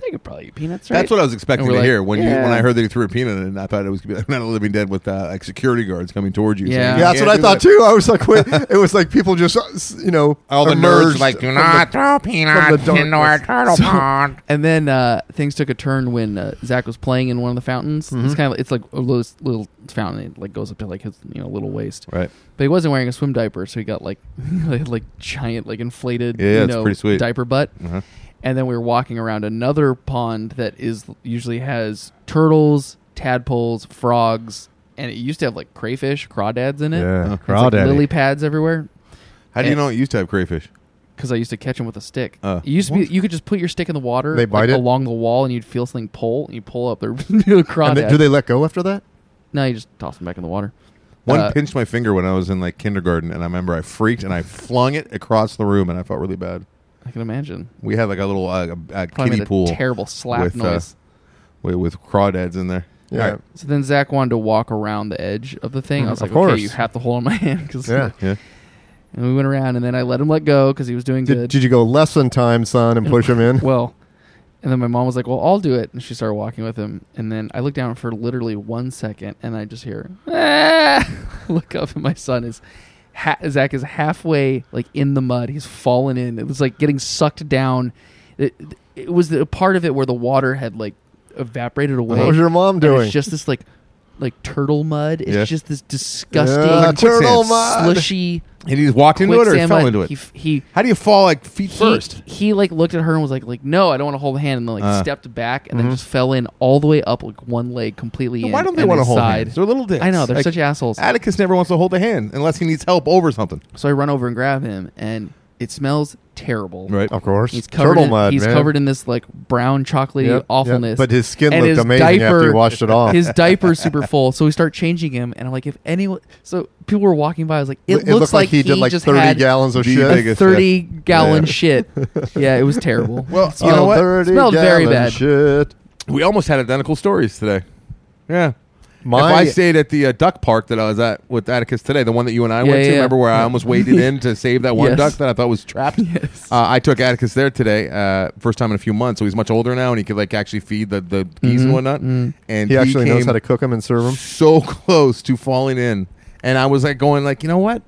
A: they could probably eat peanuts, right?
C: That's what I was expecting
A: And
C: to
A: we're like,
C: hear when you when
A: yeah.
C: I heard that he threw a peanut in. I thought it was gonna be like Night of the Living Dead with uh, like security guards coming towards you.
A: Yeah.
C: saying,
A: Yeah,
C: "You
B: Yeah, that's
C: can't
B: what I
C: do
B: thought
C: that."
B: too. I was like, wait, it was like people just, uh, s- you know,
C: All the nerds
B: emerged
C: like do
B: from
C: not.
E: throw peanuts
B: darkness.
E: into our turtle
A: So-
E: pond.
A: And then uh, things took a turn when uh, Zach was playing in one of the fountains.
C: Mm-hmm.
A: It's kind of it's like a little, little fountain. It like goes up to like his you know little waist.
C: Right.
A: But he wasn't wearing a swim diaper, so he got like they had, like giant like inflated
C: Yeah, yeah,
A: you
C: it's
A: know,
C: pretty sweet.
A: diaper butt.
C: Uh-huh.
A: And then we were walking around another pond that is usually has turtles, tadpoles, frogs, and it used to have like crayfish, crawdads in it.
C: Yeah.
A: It's, like,
B: Crawdaddy.
A: lily pads everywhere.
C: How do you
A: And-
C: know it used to have crayfish?
A: because I used to catch them with a stick.
C: Uh,
A: it used to
C: what?
A: be you could just put your stick in the water
B: They bite
A: like,
B: it?
A: along the wall, and you'd feel something pull, and you pull up their crawdad.
B: And they- do they let go after that?
A: No, you just toss them back in the water.
C: One
A: Uh,
C: pinched my finger when I was in like kindergarten, and I remember I freaked and I flung it across the room, and I felt really bad.
A: I can imagine.
C: We had like a little uh, a, a
A: Probably
C: kiddie
A: made a
C: pool
A: terrible slap
C: with, uh,
A: noise.
C: with, with crawdads in there.
B: Yeah.
C: Right.
A: so then Zach wanted to walk around the edge of the thing. I was
B: Mm, Of
A: like,
B: course.
A: okay, you have to hold on my hand, 'cause-
B: Yeah.
C: Yeah.
A: And we went around, and then I let him let go because he was doing
B: Did,
A: good.
B: did you go lesson time, son, and push him in?
A: well, And then my mom was like, "Well, I'll do it," and she started walking with him. And then I looked down for literally one second, and I just hear, "Ah!" look up, and my son is. Ha- Zach is halfway like in the mud. He's fallen in. It was like getting sucked down. It, it was the part of it where the water had like evaporated away.
B: What was your mom
A: And it's
B: doing?
A: just this like like turtle mud. It's
C: Yeah.
A: just this disgusting,
B: Yeah, turtle
C: quicksand.
B: mud.
A: slushy.
C: And he just walked into it or he
A: quicksand
C: fell
A: mud.
C: into it?
A: He, f- he
C: How do you fall like feet
A: he-
C: first?
A: he like looked at her and was like, like no, I don't want to hold a hand, and then like
C: Uh.
A: stepped back
B: Mm-hmm.
A: and then just fell in all the way up, like one leg completely. in
C: Why don't they
A: and
C: want to
A: his
C: hold
A: side.
C: hands? They're little dicks.
A: I know they're
C: Like,
A: such assholes.
C: Atticus never wants to hold a hand unless he needs help over something.
A: so I run over and grab him, and it smells terrible.
C: Right.
B: Of course.
A: He's covered.
B: Turtle
A: in,
B: mud,
A: he's
B: man.
A: covered in this like brown chocolatey
B: Yep, yep.
A: awfulness.
B: But his skin
A: And
B: looked
A: his
B: amazing after
A: diaper-
B: he washed it off.
A: His diaper's super full, so we start changing him, and I'm like, if anyone, so people were walking by, I was like, it,
B: It
A: looks like
B: he did like
A: just
B: 30
A: had
B: gallons of
C: the
B: shit.
C: biggest-
A: a 30 gallon
C: Yeah.
A: shit. Yeah, it was terrible.
C: Well,
A: It
C: you know
A: smelled-
C: what?
A: Smelled very bad.
B: Shit.
C: We almost had identical stories today. Yeah.
B: My,
C: if I stayed at the uh, duck park that I was at with Atticus today, the one that you and I
A: Yeah,
C: went to,
A: yeah.
C: remember where I almost waded in to save that one
A: Yes.
C: duck that I thought was trapped?
A: Yes.
C: Uh, I took Atticus there today, uh, first time in a few months. So he's much older now, and he could like actually feed the, the geese and whatnot. And
B: he actually knows
C: came
B: how to cook them and serve them.
C: so close to falling in, and I was like going like, you know what?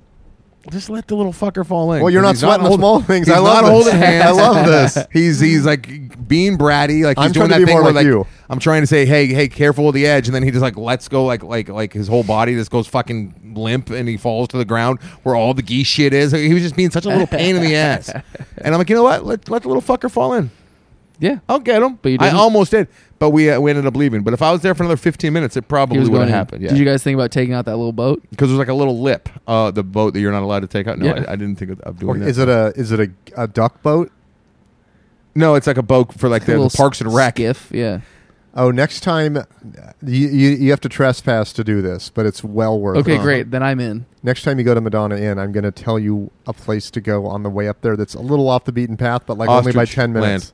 C: Just let the little fucker fall in.
B: Well, you're
C: 'Cause
B: not
C: he's
B: sweating the
C: holding-
B: small things.
C: He's
B: I love
C: not
B: this.
C: holding hands.
B: I love this.
C: He's he's like being bratty. Like he's
B: I'm
C: doing
B: trying to
C: that
B: be
C: thing
B: more
C: where
B: like you.
C: I'm trying to say, hey, hey, careful with the edge, and then he just like lets go, like like like his whole body just goes fucking limp, and he falls to the ground where all the geese shit is. He was just being such a little pain in the ass. And I'm like, you know what? Let let the little fucker fall in.
A: Yeah.
C: I'll get him.
A: But you
C: I
A: didn't?
C: almost did, but we uh, we ended up leaving. But if I was there for another 15 minutes, it
A: He
C: probably
A: was
C: would have
A: going in.
C: happened. Yeah
A: Did you guys think about taking out that little boat?
C: because there's like a little lip, uh, the boat that you're not allowed to take out. No,
A: Yeah.
C: I, I didn't think of, of
B: Or
C: doing that.
B: is it a is it a, a duck boat?
C: no, it's like a boat for like
A: A
C: the, the
A: little
C: Parks and Rec.
A: skiff. Yeah.
B: Oh, next time uh, you, you you have to trespass to do this, but it's well worth.
A: Okay,
B: it.
A: great. Then I'm in.
B: Next time you go to Madonna Inn, I'm going to tell you a place to go on the way up there that's a little off the beaten path, but like only by
C: Ostrich
B: ten minutes.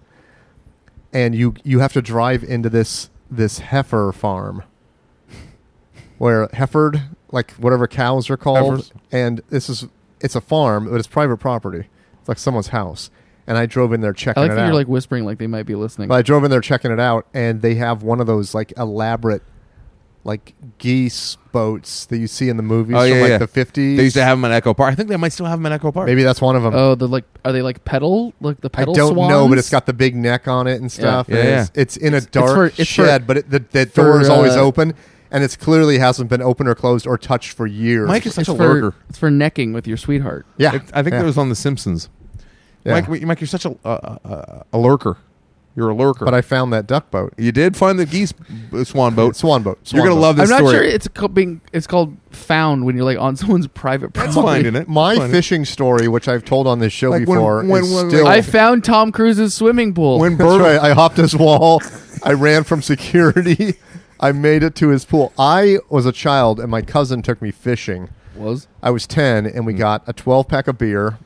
B: And you you have to drive into this this heifer farm, where heifered like whatever cows are called,
C: Heifers.
B: and this is it's a farm, but it's private property. It's like someone's house. And I drove in there
A: I
B: checking
A: like
B: it
A: that
B: out.
A: you're like whispering like they might be listening.
B: But I drove in there checking it out, and they have one of those like elaborate, like geese boats that you see in the movies
C: Oh, yeah,
B: from like
C: yeah.
B: the fifties.
C: They used to have them at Echo Park. I think they might still have them at Echo Park.
B: Maybe that's one of them.
A: oh, the like are they like pedal? Like the
B: um, I
A: pedal
B: don't know, but
A: swans?
B: it's got the big neck on it and stuff.
C: Yeah,
B: and
C: yeah,
B: It's, it's in a dark
A: for- it's for-
B: shed, but it, the, the
A: for,
B: door is always
A: uh,
B: open, and it's clearly hasn't been opened or closed or touched for years.
C: Mike is such
A: it's
C: a
A: for,
C: lurker.
A: It's for necking with your sweetheart.
B: yeah,
C: It- I think
B: yeah,
C: it was on The Simpsons.
B: yeah.
C: Mike, Mike, you're such a uh, uh, a lurker. You're a lurker.
B: But I found that duck boat,
C: you did find the geese b- swan boat.
B: swan boat.
C: You're
B: swan
C: gonna
B: boat.
C: love
A: I'm
C: this
A: not
C: story.
A: sure it's co- being it's called found when you're like on someone's private property.
C: That's fine, isn't it?
B: my
C: Fine.
B: fishing story, which I've told on this show
C: Like when-
B: before.
C: when-
B: is
C: when-
B: still
A: I found Tom Cruise's swimming pool.
C: When
B: That's
C: Bird,
B: right. I hopped his wall. I ran from security. I made it to his pool. I was a child, and my cousin took me fishing.
A: was
B: I was 10, and we
C: Mm.
B: got a 12 pack of beer,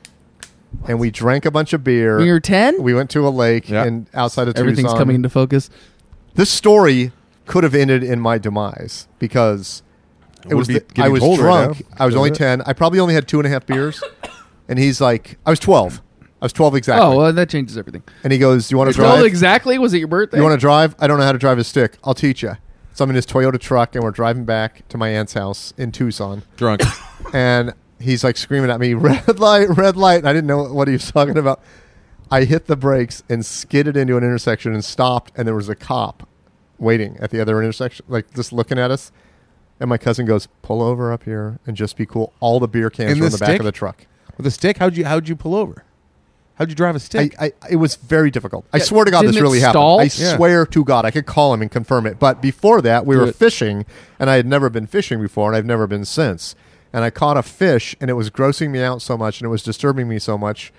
B: and we drank a bunch of beer.
A: when you were ten?
B: we went to a lake
C: Yeah.
B: and outside of
A: Everything's
B: Tucson.
A: coming into focus.
B: this story could have ended in my demise because it
C: Would
B: was
C: be
B: the-
C: getting
B: I was
C: cold right
B: drunk.
C: now.
B: I was only
C: Yeah.
B: 10. I probably only had two and a half beers, and he's like, I was 12. I was 12 exactly.
A: Oh, well, that changes everything.
B: and he goes, "Do you want to
A: Twelve
B: drive?"
A: exactly? Was it your birthday?
B: You want to drive? I don't know how to drive a stick. I'll teach you. So I'm in his Toyota truck, and we're driving back to my aunt's house in Tucson.
C: drunk.
B: And he's like screaming at me, "Red light, red light!" And I didn't know what he was talking about. I hit the brakes and skidded into an intersection and stopped. And there was a cop waiting at the other intersection, like just looking at us. And my cousin goes, "Pull over up here and just be cool." All the beer cans
C: In
B: were in
C: the
B: the back
C: stick?
B: of the truck.
C: With a stick, how'd you how'd you pull over? How'd you drive a stick?
B: I, I, it was very difficult. I
A: Yeah,
B: swear to God,
A: didn't
B: this
A: it
B: really happened.
A: stall?
B: I
C: Yeah.
B: swear to God, I could call him and confirm it. But before that, we
A: Do
B: were
A: it.
B: fishing, and I had never been fishing before, and I've never been since. And I caught a fish, and it was grossing me out so much, and it was disturbing me so much.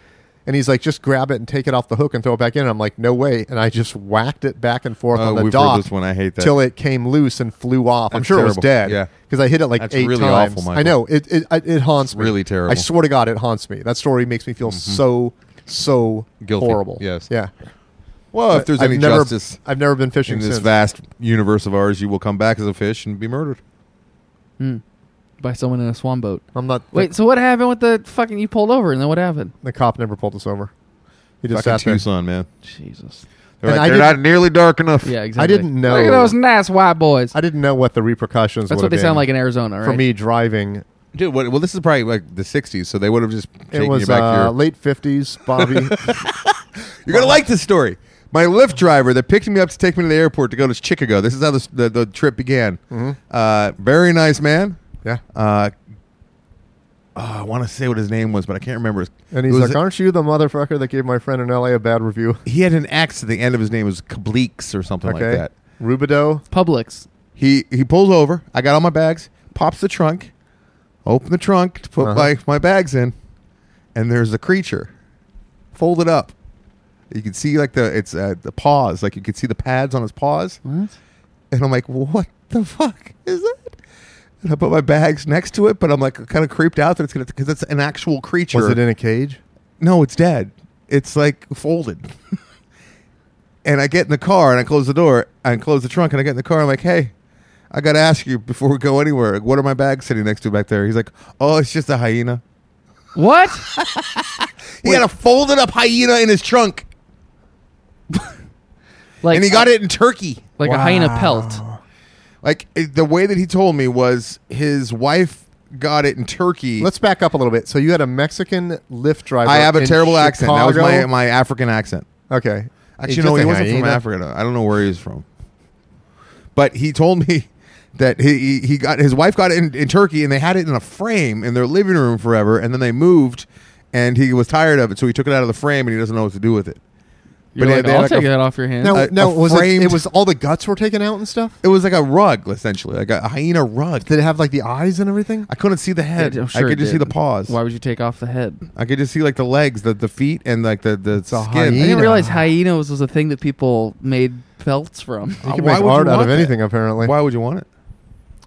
B: And he's like, just grab it and take it off the hook and throw it back in. And I'm like, no way. And I just whacked it back and forth
C: Oh,
B: on the
C: we've heard
B: dock
C: this one. I hate that.
B: till it came loose and flew off. I'm
C: That's
B: sure it was
C: terrible.
B: dead.
C: Yeah.
B: because I hit it like
C: That's
B: eight
C: really
B: times.
C: awful,
B: I
C: Michael.
B: know it. It, it, it haunts me.
C: really terrible. Mm-hmm.
B: I swear to God, it haunts me. That story makes me feel so so
C: Guilty.
B: horrible.
C: Yes.
B: Yeah.
C: well, if there's
B: I've
C: any
B: never,
C: justice
B: I've never been fishing
C: in this
B: since.
C: vast universe of ours, you will come back as a fish and be murdered.
A: Hmm. by someone in a swan boat.
B: I'm not.
A: Wait,
B: The,
A: so what happened with the fucking? You pulled over, and then what happened?
B: the cop never pulled us over. He just
C: Fucking
B: sat there.
C: Tucson, man.
A: Jesus.
C: They're,
B: And
C: like,
B: I
C: "They're not
B: didn't-
C: nearly dark enough.
A: Yeah, exactly.
B: I didn't know.
A: Look at those nice white boys.
B: I didn't know what the repercussions.
A: That's
B: would
A: what they
B: have
A: sound
B: been
A: like in Arizona, right?
B: for me driving.
C: dude. What, well, this is probably like the '60s, so they would have just taken
B: It was
C: you back to
B: uh,
C: your
B: late fifties, Bobby.
C: You're gonna like this story. My Lyft driver that picked me up to take me to the airport to go to Chicago. This is how this, the the trip began. Uh, very nice man.
B: yeah,
C: Uh, oh, I want to say what his name was, but I can't remember.
B: and he's
C: It was-
B: like, "Aren't you the motherfucker that gave my friend in LA a bad review?"
C: he had an X at the end of his name. It was Kableeks or something like
B: okay,
C: that.
B: Rubidoux.
A: Publix.
C: He he pulls over. I got all my bags. Pops the trunk. Open the trunk to put
B: Uh-huh.
C: my, my bags in, and there's a creature, folded up. You can see like the it's uh, the paws. Like you can see the pads on his paws.
A: What?
C: And I'm like, what the fuck is that? And I put my bags next to it, but I'm like kind of creeped out that it's gonna because it's an actual creature.
B: Was it in a cage?
C: no, it's dead. It's like folded. and I get in the car and I close the door and close the trunk and I get in the car. I'm like, hey, I gotta ask you before we go anywhere. What are my bags sitting next to back there? He's like, oh, it's just a hyena.
A: What?
C: He had a folded up hyena in his trunk,
A: Like
C: and he
B: uh,
C: got it in Turkey.
A: like a hyena pelt.
C: Like it, the way that he told me was his wife got it in Turkey.
B: Let's back up a little bit. So you had a Mexican Lyft driver.
C: I have a
B: in
C: terrible accent. That was my,
B: Chicago?
C: my African accent.
B: okay.
C: Actually, no,
B: just
C: he
B: a
C: wasn't from
B: hyena.
C: Africa. I don't know where he was from. But he told me that he, he- he got his wife got it in, in Turkey and they had it in a frame in their living room forever. And then they moved and he was tired of it. So he took it out of the frame and he doesn't know what to do with it.
A: You're
C: But
A: like,
C: they had
A: I'll
C: like
A: take
C: a-
A: that off your hands.
B: No,
C: A-
B: no,
C: a
B: was it,
C: framed-
B: it was all the guts were taken out and stuff?
C: It was like a rug, essentially, like a hyena rug.
B: Did it have like the eyes and everything?
C: I couldn't see the head.
A: I'm sure
C: I could
A: it
C: just see
A: did.
C: the paws.
A: Why would you take off the head?
C: I could just see like the legs, the, the feet, and like the, the
B: a
A: I
C: skin.
B: hyena.
A: didn't realize hyenas was a thing that people made pelts from.
B: You can
C: Uh, Why
B: make
C: would
B: art
C: you
B: out
C: want
B: of
C: that?
B: anything, apparently.
C: Why would you want it?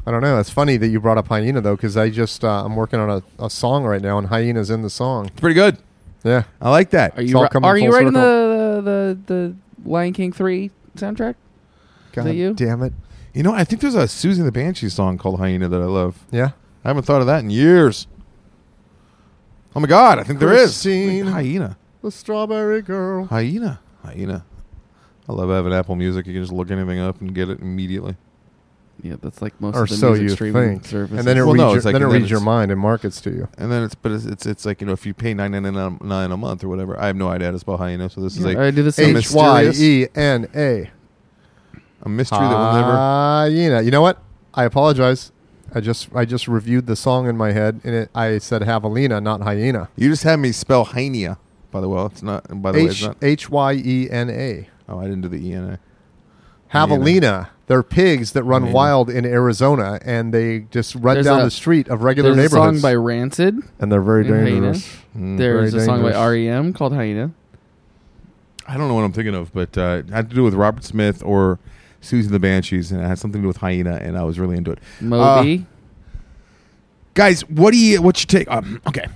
B: I don't know. It's funny that you brought up hyena though, because I just uh, I'm working on a, a song right now, and hyena's in the song.
C: It's pretty good.
B: Yeah,
C: I like that.
A: Are
B: It's
A: you
B: all
A: ri-
B: coming
A: are you
B: full
A: writing
B: circle.
A: the, the the the Lion King three soundtrack?
B: God
A: that you?
B: damn it.
C: You know, I think there's a Susie the Banshee song called Hyena that I love.
B: Yeah,
C: I haven't thought of that in years. Oh my god, I think there is.
B: Christine.
C: Hyena.
B: the strawberry girl.
C: Hyena. Hyena. I love having Apple Music. You can just look anything up and get it immediately.
A: Yeah, that's like most
B: Or
A: of the
B: so
A: music
B: you
A: streaming
B: think,
A: services.
B: and then it
C: Well,
B: reads,
C: no,
B: your,
C: it's like-
B: then it
C: then
B: reads
C: it's-
B: your mind and markets to you.
C: And then it's but it's it's, it's like, you know, if you pay nine nine nine nine a month or whatever. I have no idea how to spell hyena, so this is
A: Yeah,
C: like
A: I do the same.
B: H y
C: mysterious-
B: e n a.
C: a mystery that will never
B: Hyena. Ah, You know what? I apologize. I just I just reviewed the song in my head, and it, I said javelina, not hyena.
C: You just had me spell hyena, by the way. It's not by the way it's
B: H
C: not
B: H y e n a.
C: Oh, I didn't do the E N A.
B: Javelina. They're pigs that run
C: Hyena.
B: wild in Arizona, and they just run
A: There's
B: down
A: a-
B: the street of regular
A: There's a
B: neighborhoods,
A: song by Rancid.
B: and they're very
A: and
B: dangerous.
A: Hyena.
C: Mm.
A: There's
B: very
A: a song by
B: dangerous. Ah.
A: REM called Hyena.
C: I don't know what I'm thinking of, but uh, it had to do with Robert Smith or Susie the Banshees, and it had something to do with hyena, and I was really into it. Uh,
A: Moby.
C: Guys, what do you what's your take? Um, okay,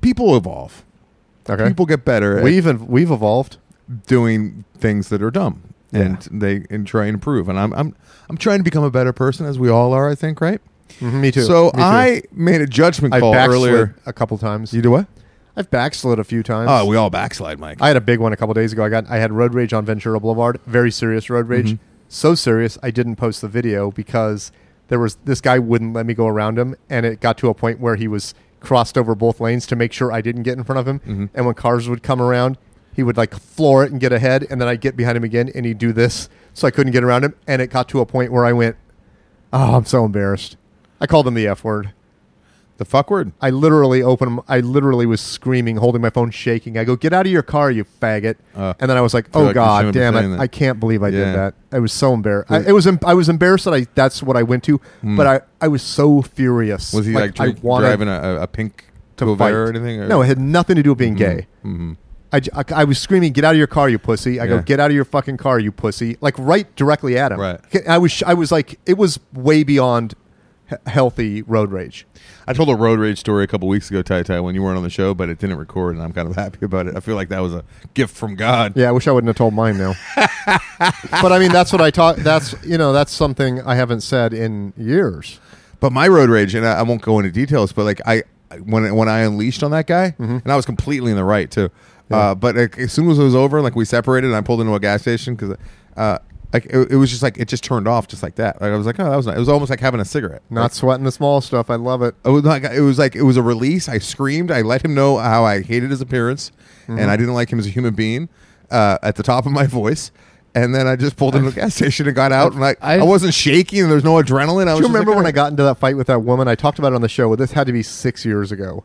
C: people evolve.
B: Okay,
C: People get better
B: we've ev- we've evolved.
C: at doing things that are dumb, and they and try and improve. And I'm I'm I'm trying to become a better person, as we all are, I think, right?
B: Mhm, me too.
C: So
B: Me too.
C: I made a judgment
B: I
C: call
B: backslid
C: earlier.
B: a couple times.
C: You do what?
B: I've backslid a few times.
C: Oh, we all backslide, Mike.
B: I had a big one a couple days ago. I got I had road rage on Ventura Boulevard, very serious road rage. So serious, I didn't post the video because there was this guy wouldn't let me go around him, and it got to a point where he was crossed over both lanes to make sure I didn't get in front of him. And when cars would come around, he would like floor it and get ahead, and then I'd get behind him again, and he'd do this, so I couldn't get around him. And it got to a point where I went, "Oh, I'm so embarrassed." I called him the F word.
C: the fuck word.
B: I literally opened. I literally was screaming, holding my phone, shaking. I go, "Get out of your car, you faggot!"
C: Uh,
B: and then I was like,
C: feel
B: "Oh
C: like you
B: God,
C: shouldn't be
B: damn
C: saying
B: it!
C: that.
B: I can't believe I
C: Yeah.
B: did that. I was so embarrassed. I,
C: Was-
B: it was. em- I was embarrassed that I. That's what I went to. But I. I was so furious.
C: Hmm. Was he like,
B: I
C: dri- driving a, a- a pink to
B: fight.
C: or anything? Or?
B: No, it had nothing to do with being gay.
C: hmm
B: I, j- I c- I was screaming, "Get out of your car, you pussy!" I
C: Yeah.
B: go, "Get out of your fucking car, you pussy!" Like right directly at him.
C: Right.
B: I was. sh- I was like, it was way beyond he- healthy road rage.
C: I told a road rage story a couple weeks ago, Ty Ty, when you weren't on the show, but it didn't record, and I'm kind of happy about it. I feel like that was a gift from God.
B: Yeah, I wish I wouldn't have told mine now. but I mean, that's what I taught. That's you know, that's something I haven't said in years.
C: But my road rage, and I, I
B: Mm-hmm.
C: won't go into details, but like I when when I unleashed on that guy, and I was completely in the right too. Uh, but like, as soon as it was over, like we separated, and I pulled into a gas station because, uh, like it, it was just like it just turned off just like that. Like I was like, oh, that was nice. It was almost like having a cigarette.
B: Not sweating the small stuff. I love it.
C: It was like it was like it was a release. I screamed. I let him know how I hated his appearance,
B: Mm-hmm.
C: and I didn't like him as a human being uh, at the top of my voice. And then I just pulled into a gas station and got out, and I, I,
A: I've-
C: wasn't shaking, and there's no adrenaline. I was
B: Do you
C: just
B: remember
C: like,
B: when I got into that fight with that woman? I talked about it on the show. This had to be six years ago,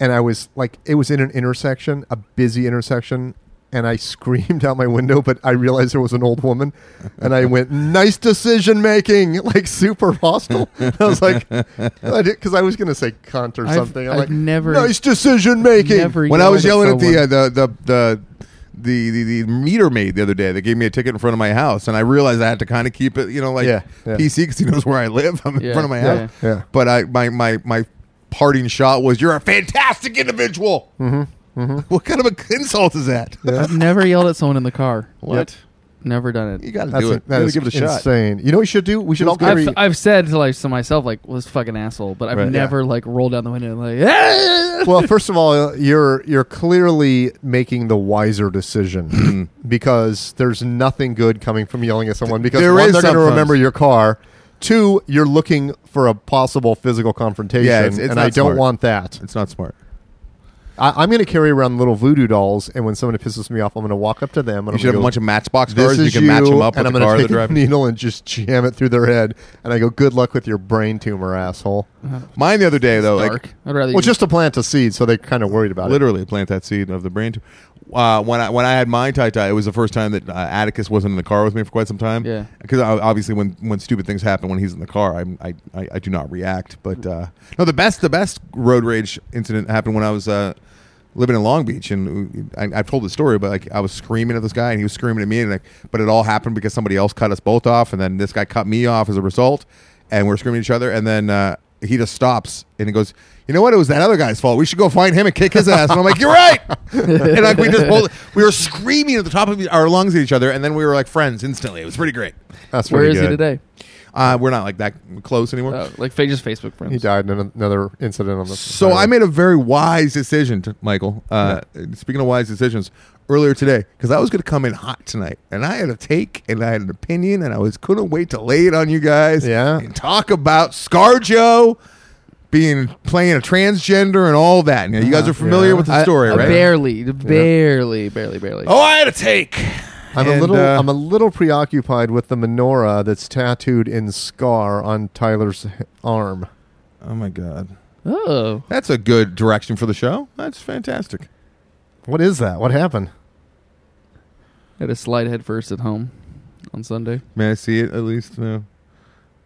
B: and I was like, it was in an intersection, a busy intersection, and I screamed out my window, but I realized there was an old woman, and I went, "Nice decision making!" Like super hostile. I was like, because I was gonna say cunt or
A: I've-
B: something. I'm
A: I've
B: like,
A: never-
B: nice decision making.
A: never
C: when I was
A: yelled
C: yelling
A: at
C: at the, uh, the the the the the the meter maid the other day that gave me a ticket in front of my house, and I realized I had to kind of keep it, you know, like
B: Yeah, yeah.
C: PC because he knows where I live. I'm in
A: Yeah,
C: front of my
A: yeah.
C: house.
B: Yeah.
C: But I my my my parting shot was, "You're a fantastic individual."
B: Mm-hmm,
C: What kind of a insult is that?
A: I've never yelled at someone in the car.
C: What?
A: Never done
C: You
A: it.
C: got to
B: That's
C: do it.
B: that
C: You gotta
B: is
C: give it a shot.
B: insane. You know what we should do? We should all carry.
A: I've, I've said to like to myself like, "Well, this fucking asshole," but I've
C: Right.
A: never like rolled down the window and like, "Ah!"
B: well, first of all, you're you're clearly making the wiser
C: Hmm.
B: decision because there's nothing good coming from yelling at someone because
C: There
B: one,
C: is
B: they're going to
C: sometimes.
B: remember your car. Two, you're looking for a possible physical confrontation,
C: Yeah, it's- it's
B: and I
C: not
B: don't
C: smart.
B: want that.
C: It's not smart.
B: I, I'm going to carry around little voodoo dolls, and when someone pisses me off, I'm going to walk up to them. And
C: You
B: I'm
C: should have
B: gonna
C: a
B: go,
C: bunch of Matchbox
B: this
C: cars. You
B: is
C: can match them up
B: and
C: with the
B: I'm
C: car
B: to
C: they're
B: take a
C: driving.
B: needle and just jam it through their head, and I go, "Good luck with your brain tumor, asshole."
C: Mine the other day though, like
A: dark. I'd rather
B: Well,
A: you
B: just to plant a seed, so they're kind of worried about it.
C: literally plant that seed of the brain. tumor. Uh, when I when I had my tie tie, it was the first time that uh, Atticus wasn't in the car with me for quite some time.
A: Yeah.
C: because obviously when when stupid things happen when he's in the car, I'm, I, I I do not react. But uh, no, the best the best road rage incident happened when I was. Uh, Living in Long Beach, and uh, I, I've told the story, but like I was screaming at this guy, and he was screaming at me, and like, but it all happened because somebody else cut us both off, and then this guy cut me off as a result, and we're screaming at each other, and then uh, he just stops and he goes, "You know what? It was that other guy's fault. We should go find him and kick his ass." And I'm like, "You're right." and like we just both, we were screaming at the top of our lungs at each other, and then we were like friends instantly. It was pretty great.
B: That's
A: Where
B: pretty
A: is he
B: good.
A: today?
C: Uh, we're not like that close anymore.
A: Uh, like fa- just Facebook friends.
B: He died in an- another incident on the.
C: So
B: highway.
C: I made a very wise decision, t- Michael. Uh, Speaking of wise decisions, earlier today, because I was going to come in hot tonight, and I had a take, and I had an opinion, and I was couldn't wait to lay it on you guys.
B: Yeah.
C: and talk about ScarJo being playing a transgender and all that. Now, you guys are familiar
B: Yeah.
C: with the
A: I-
C: story,
A: I
C: right?
A: Uh, Barely, barely, barely, barely.
C: Oh, I had a take.
B: I'm
C: And,
B: a little
C: uh,
B: I'm a little preoccupied with the menorah that's tattooed in scar on Tyler's h- arm.
C: oh my god,
A: Oh.
C: that's a good direction for the show. That's fantastic.
B: What is that? What happened?
A: I had a slide head first at home on Sunday.
C: May I see it at least? No.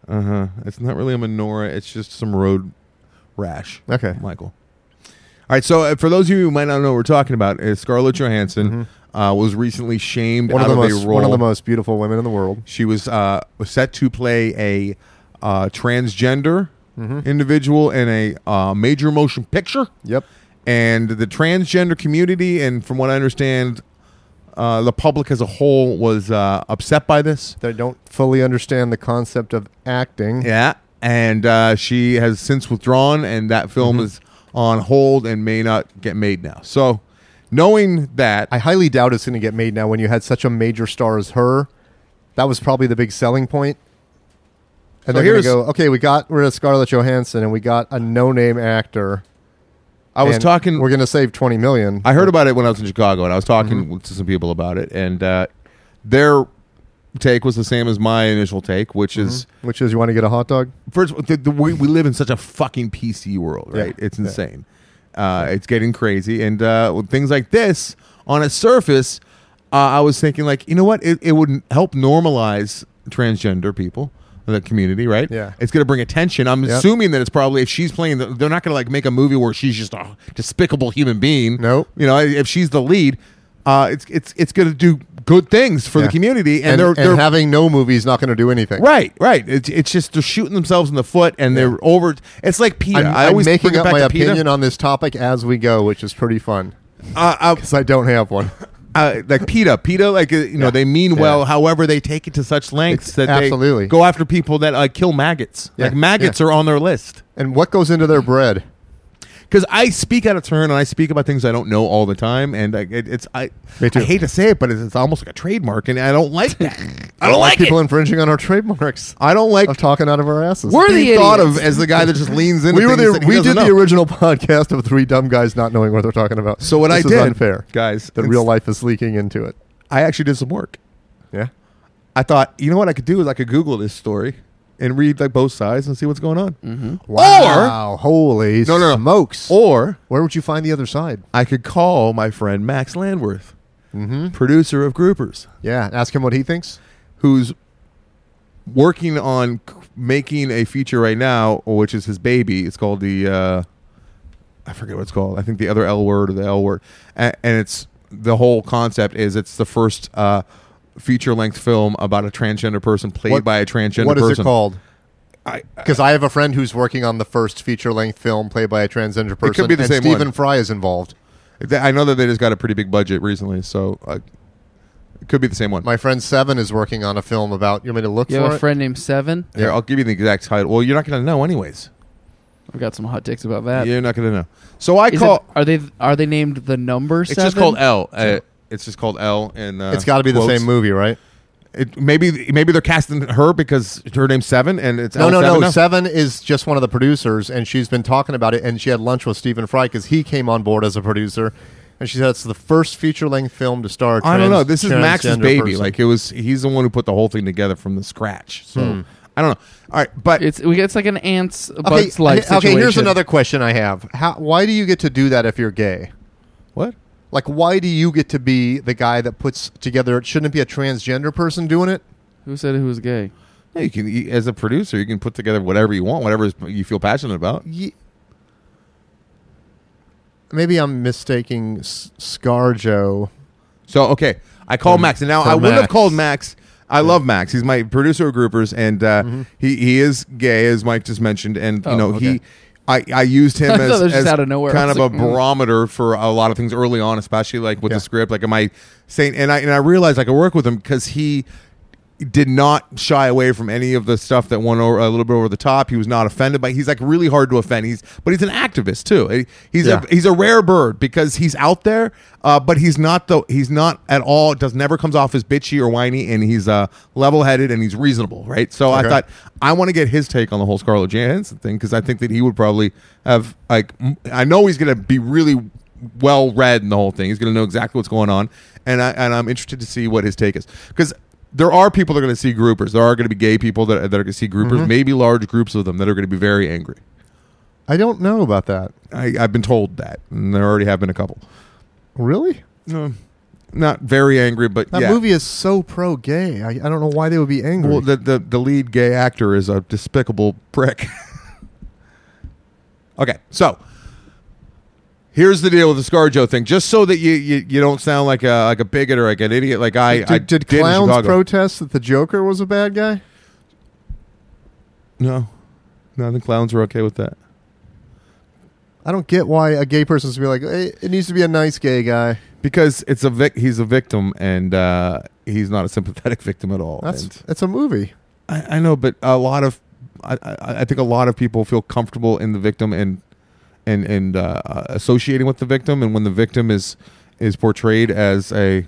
C: Uh huh. It's not really a menorah. It's just some road rash.
B: Okay.
C: Michael. All right. So uh, for those of you who might not know what we're talking about, is Scarlett Johansson uh, was recently shamed
B: Mm-hmm. One
C: out
B: of the
C: of,
B: most
C: a role.
B: one of the most beautiful women in the world.
C: She was uh, was set to play a uh, transgender
B: Mm-hmm.
C: individual in a uh, major motion picture
B: Yep.
C: and the transgender community and from what i understand uh, the public as a whole was uh, upset by this
B: They don't fully understand the concept of acting.
C: yeah and uh, she has since withdrawn and that film
B: Mm-hmm.
C: is on hold and may not get made now so knowing that
B: I highly doubt it's going to get made now when you had such a major star as her. That was probably the big selling point. And
C: So
B: they're going to
C: here's-
B: go, okay, we got rid of Scarlett Johansson and we got a no-name actor.
C: i was
B: and
C: talking
B: We're going to save 20 million.
C: I heard about it when I was in Chicago, and I was talking
B: Mm-hmm.
C: to some people about it, and uh, their take was the same as my initial take, which is
B: which is you want to get a hot dog?
C: first of all, the, the, we, we live in such a fucking PC world, right?
B: Yeah.
C: It's
B: Yeah.
C: insane. Uh, it's getting crazy, and uh, with things like this on a surface, uh, I was thinking like, you know what? It, it would help normalize transgender people. The community, right?
B: Yeah.
C: it's going to bring attention. I'm
B: Yep.
C: assuming that it's probably if she's playing, the, they're not going to like make a movie where she's just a despicable human being.
B: Nope.
C: You know, if she's the lead, uh, it's it's it's going to do good things for the
B: Yeah.
C: community, and,
B: and,
C: they're
B: and
C: they're
B: having no movies not going to do anything.
C: Right, right. It's, it's just they're shooting themselves in the foot, and they're over. It's like PETA.
B: I'm,
C: i
B: I'm
C: always
B: making
C: bring it
B: up
C: back
B: my
C: to PETA.
B: opinion on this topic as we go, which is pretty fun
C: Uh, uh,
B: because I don't have one.
C: uh, like PETA, PETA. Like uh, you know,
B: Yeah.
C: they mean
B: Yeah.
C: well. However, they take it to such lengths
B: It's-
C: that
B: absolutely.
C: they go after people that uh, kill maggots.
B: Yeah.
C: Like maggots are on their list.
B: And what goes into their bread?
C: because I speak out of turn and I speak about things I don't know all the time, and I, it, it's I,
B: Me too.
C: I hate to say it, but it's, it's almost like a trademark, and I don't like that. I
B: I
C: don't like,
B: people
C: it.
B: infringing on our trademarks
C: I don't like
B: of talking out of our asses.
A: We're
C: being
A: the
C: thought
A: idiots.
C: of as the guy that just leans in.
B: we were the, we did the original podcast of three dumb guys not knowing what they're talking about.
C: So what
B: this
C: I
B: is
C: did,
B: unfair.
C: guys,
B: That
C: ins-
B: real life is leaking into it.
C: I actually did some work.
B: Yeah.
C: I thought, you know what I could do is I could Google this story and read like both sides and see what's going on.
A: Mm-hmm.
B: Or holy
C: No, no, no.
B: smokes!
C: Or
B: Where would you find the other side?
C: I could call my friend Max Landworth,
B: Mm-hmm.
C: producer of Groupers,
B: Yeah, ask him what he thinks.
C: who's working on c- making a feature right now, which is his baby. It's called the uh, I forget what it's called. I think the other L word or the L word, and, and it's the whole concept is it's the first uh, feature length film about a transgender person played
B: What-
C: by a transgender
B: What is
C: person.
B: it called?
C: I,
B: Because I have a friend who's working on the first feature length film played by a transgender person.
C: be the
B: and
C: same one.
B: Stephen Fry is involved.
C: I know that they just got a pretty big budget recently, so uh, it could be the same one.
B: My friend Seven is working on a film about. You want me to look
A: You
B: for
A: have a
B: it?
A: friend named Seven.
C: Here, I'll give you the exact title. Well, you're not going to know, anyways.
A: I've got some hot takes about that.
C: you're not going to know. So I
A: Is
C: call.
A: it- are they are they named the number?
C: it's just called L. Uh, it's just called L, and uh,
B: it's got to be the
C: quotes.
B: same movie, right?
C: It, maybe maybe they're casting her because her name's Seven, and it's
B: No,
C: L
B: no,
C: seven
B: no.
C: now.
B: Seven is just one of the producers, and she's been talking about it. And she had lunch with Stephen Fry because he came on board as a producer, and she said it's the first feature length film to star. a
C: I don't
B: trans-
C: know. This is Max's
B: transgender
C: baby.
B: person.
C: Like it was. He's the one who put the whole thing together from the scratch. So
B: Hmm.
C: I don't know. All right, but
A: It's we it's like an ants
B: okay,
A: bugs life.
B: okay. Here's
A: situation.
B: another question I have. How, why do you get to do that if you're gay?
C: what?
B: Like, why do you get to be the guy that puts together? Shouldn't it be a transgender person doing it?
A: Who said who was gay?
C: Yeah, you can you- as a producer, you can put together whatever you want, whatever is- you feel passionate about.
B: Ye- Maybe I'm mistaking S- ScarJo.
C: So okay, I call
B: From-
C: Max, and now
B: from
C: I would have
B: Max.
C: called Max. I love Max. He's my producer of groupers, and uh, he he is gay, as Mike just mentioned, and you
A: Mm-hmm. Oh,
C: know he.
A: okay.
C: I, I used him
A: I thought
C: as,
A: that was just
C: as
A: out of nowhere.
C: kind
A: I
C: of
A: was
C: a
A: like, mm.
C: barometer for a lot of things early on, especially like with
B: Mm-hmm. Yeah.
C: the script. Like, am I saying? And I and I realized I could work with him because he did not shy away from any of the stuff that went over, a little bit over the top. He was not offended by. He's like really hard to offend. He's but he's an activist too. He- He's
B: Yeah.
C: a he's a rare bird because he's out there, uh, but he's not the he's not at all. Does never comes off as bitchy or whiny, and he's uh, level headed and he's reasonable, right? So I
B: Okay.
C: thought I want to get his take on the whole Scarlett Johansson thing because I think that he would probably have like m- I know he's gonna be really well read in the whole thing. He's gonna know exactly what's going on, and I and I'm interested to see what his take is because there are people that are going to see groupers. There are going to be gay people that, that are going to see groupers,
B: Mm-hmm.
C: maybe large groups of them that are going to be very angry.
B: I don't know about that.
C: I, I've been told that, and there already have been a couple.
B: Really?
C: No, not very angry, but
B: Mm. That
C: yeah.
B: movie is so pro gay. I, I don't know why they would be angry.
C: Well, the, the the lead gay actor is a despicable prick. okay, so here's the deal with the ScarJo thing. Just so that you, you you don't sound like a like a bigot or like an idiot, like I
B: did,
C: I
B: did
C: in
B: clowns
C: Chicago.
B: protest that the Joker was a bad guy?
C: no, no, I think clowns were okay with that.
B: I don't get why a gay person should be like, "Hey, it needs to be a nice gay guy.
C: because it's a vic- he's a victim and uh, he's not a sympathetic victim at all.
B: That's
C: And
B: that's a movie.
C: I, I know, but a lot of I, I, I think a lot of people feel comfortable in the victim and and and uh, uh, associating with the victim, and when the victim is is portrayed as a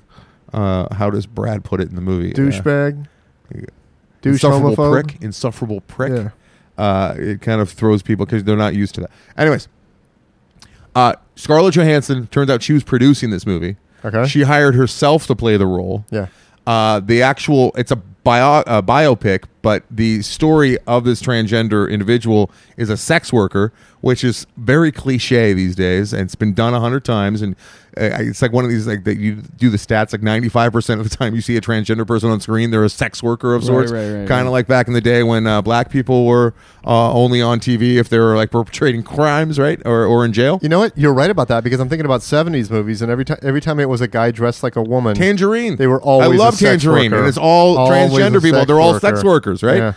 C: uh, how does Brad put it in the movie? Uh,
B: Douchebag.
C: Yeah.
B: Douche
C: insufferable
B: homophobe.
C: prick, insufferable prick.
B: Yeah.
C: Uh, it kind of throws people because they're not used to that. Anyways, uh, Scarlett Johansson turns out she was producing this movie.
B: Okay.
C: She hired herself to play the role.
B: yeah.
C: Uh, the actual it's a bio a biopic, but the story of this transgender individual is a sex worker, which is very cliche these days, and it's been done a hundred times. And uh, it's like one of these like that you do the stats like ninety five percent of the time you see a transgender person on screen, they're a sex worker of
A: Right,
C: sorts,
A: right, right,
C: kind of
A: right.
C: like back in the day when uh, black people were uh, only on TV if they were like perpetrating crimes, right, or or in jail.
B: You know what? You're right about that because I'm thinking about 70s movies, and every time every time it was a guy dressed like a woman.
C: Tangerine.
B: They were always
C: I love
B: a sex
C: Tangerine,
B: worker.
C: and it's all
B: Always a
C: transgender people.
B: sex
C: They're all
B: worker.
C: sex workers, right?
B: Yeah.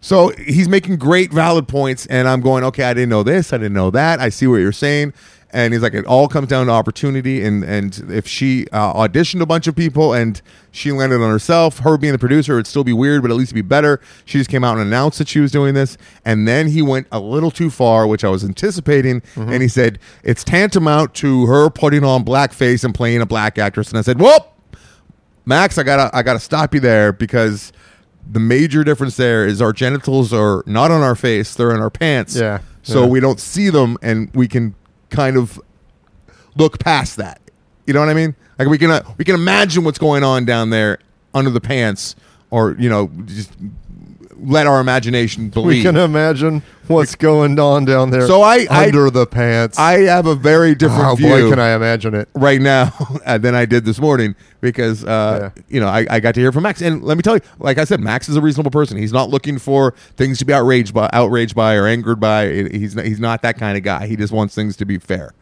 C: So he's making great valid points, and I'm going, okay, I didn't know this, I didn't know that. I see what you're saying, and he's like, it all comes down to opportunity, and and if she uh, auditioned a bunch of people and she landed on herself, her being the producer, it'd still be weird, but at least it'd be better. She just came out and announced that she was doing this, and then he went a little too far, which I was anticipating,
B: Mm-hmm.
C: and he said it's tantamount to her putting on blackface and playing a black actress, and I said, whoop. Max, I gotta I gotta stop you there because the major difference there is our genitals are not on our face; they're in our pants.
B: Yeah,
C: So
B: yeah.
C: we don't see them, and we can kind of look past that. You know what I mean? Like we can uh, we can imagine what's going on down there under the pants, or you know, just let our imagination believe.
B: We can imagine what's going on down there.
C: So I- I-
B: under the pants.
C: I have a very different
B: oh
C: view.
B: boy, can I imagine it?
C: right now uh, than I did this morning because uh,
B: Yeah.
C: you know I, I got to hear from Max and let me tell you like I said Max is a reasonable person he's not looking for things to be outraged by outraged by or angered by he's not, he's not that kind of guy he just wants things to be fair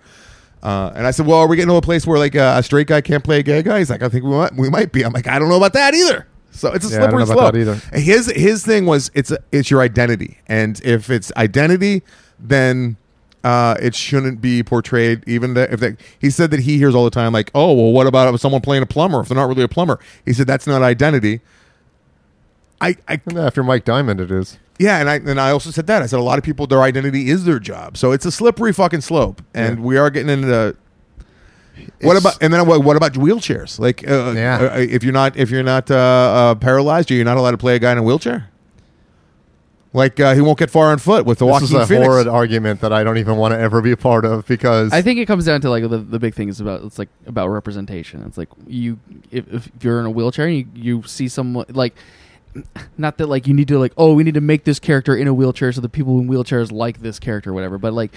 C: uh, and I said well are we getting to a place where like uh, a straight guy can't play a gay guy he's like I think we might, we might be I'm like I don't know about that either so it's a
B: Yeah, I
C: slippery
B: don't know about
C: slope
B: that either.
C: his his thing was it's a, it's your identity, and if it's identity, then uh, it shouldn't be portrayed. Even that if that he said that he hears all the time, like, oh well, what about if someone playing a plumber if they're not really a plumber? He said that's not identity. I, I
B: Yeah, if you're Mike Diamond, it is.
C: yeah, and I and I also said that I said a lot of people their identity is their job, so it's a slippery fucking slope, and
B: Yeah.
C: we are getting into the. What
B: It's-
C: about and then what, what about wheelchairs? Like, uh,
B: Yeah.
C: uh, if you're not if you're not uh, uh, paralyzed, are you not allowed to play a guy in a wheelchair? Like uh, he won't get far on foot with the
B: This
C: walking
B: is a
C: Phoenix.
B: horrid argument that I don't even want to ever be a part of because
A: I think it comes down to like the, the big thing is about it's like about representation. It's like you if, if you're in a wheelchair and you, you see someone like not that like you need to like oh we need to make this character in a wheelchair so the people in wheelchairs like this character or whatever. But like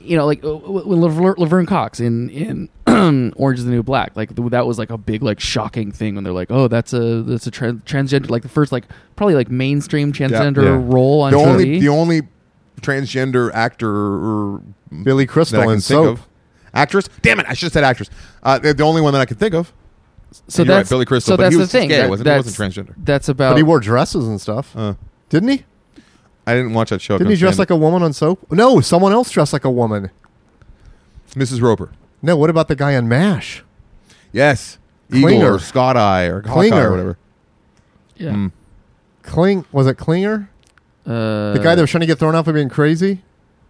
A: you know like uh, when Laver- Laverne Cox in in Orange is the New Black like th- that was like a big like shocking thing when they're like oh that's a that's a tran transgender like the first like probably like mainstream transgender
B: Yeah.
A: role on
C: the
A: TV.
C: only the only transgender actor or
B: Billy
C: that I
B: Crystal
C: can
B: and
C: think
B: soap.
C: of actress. Damn it, I should have said actress. Uh, the the only one that I can think of.
A: so
C: You're right,
A: that's
C: Billy Crystal,
A: So
C: but
A: that's
C: he
A: the
C: was just
A: thing.
C: gay,
A: That-
C: wasn't he? He wasn't
A: that's-
C: transgender.
A: That's about
B: But he wore dresses and stuff,
C: Uh,
B: didn't he?
C: I didn't watch that show. I
B: Didn't
C: couldn't
B: he dress
C: stand
B: like a woman on soap? No, someone else dressed like a woman.
C: it. Mrs. Roper?
B: No, what about the guy on Mash?
C: Yes. Eagle
B: Klinger.
C: or Scott Eye or Klinger.
B: Klinger.
C: or whatever.
A: Yeah.
C: Mm.
B: Kling was it Klinger?
A: Uh,
B: The guy that was trying to get thrown out for being crazy,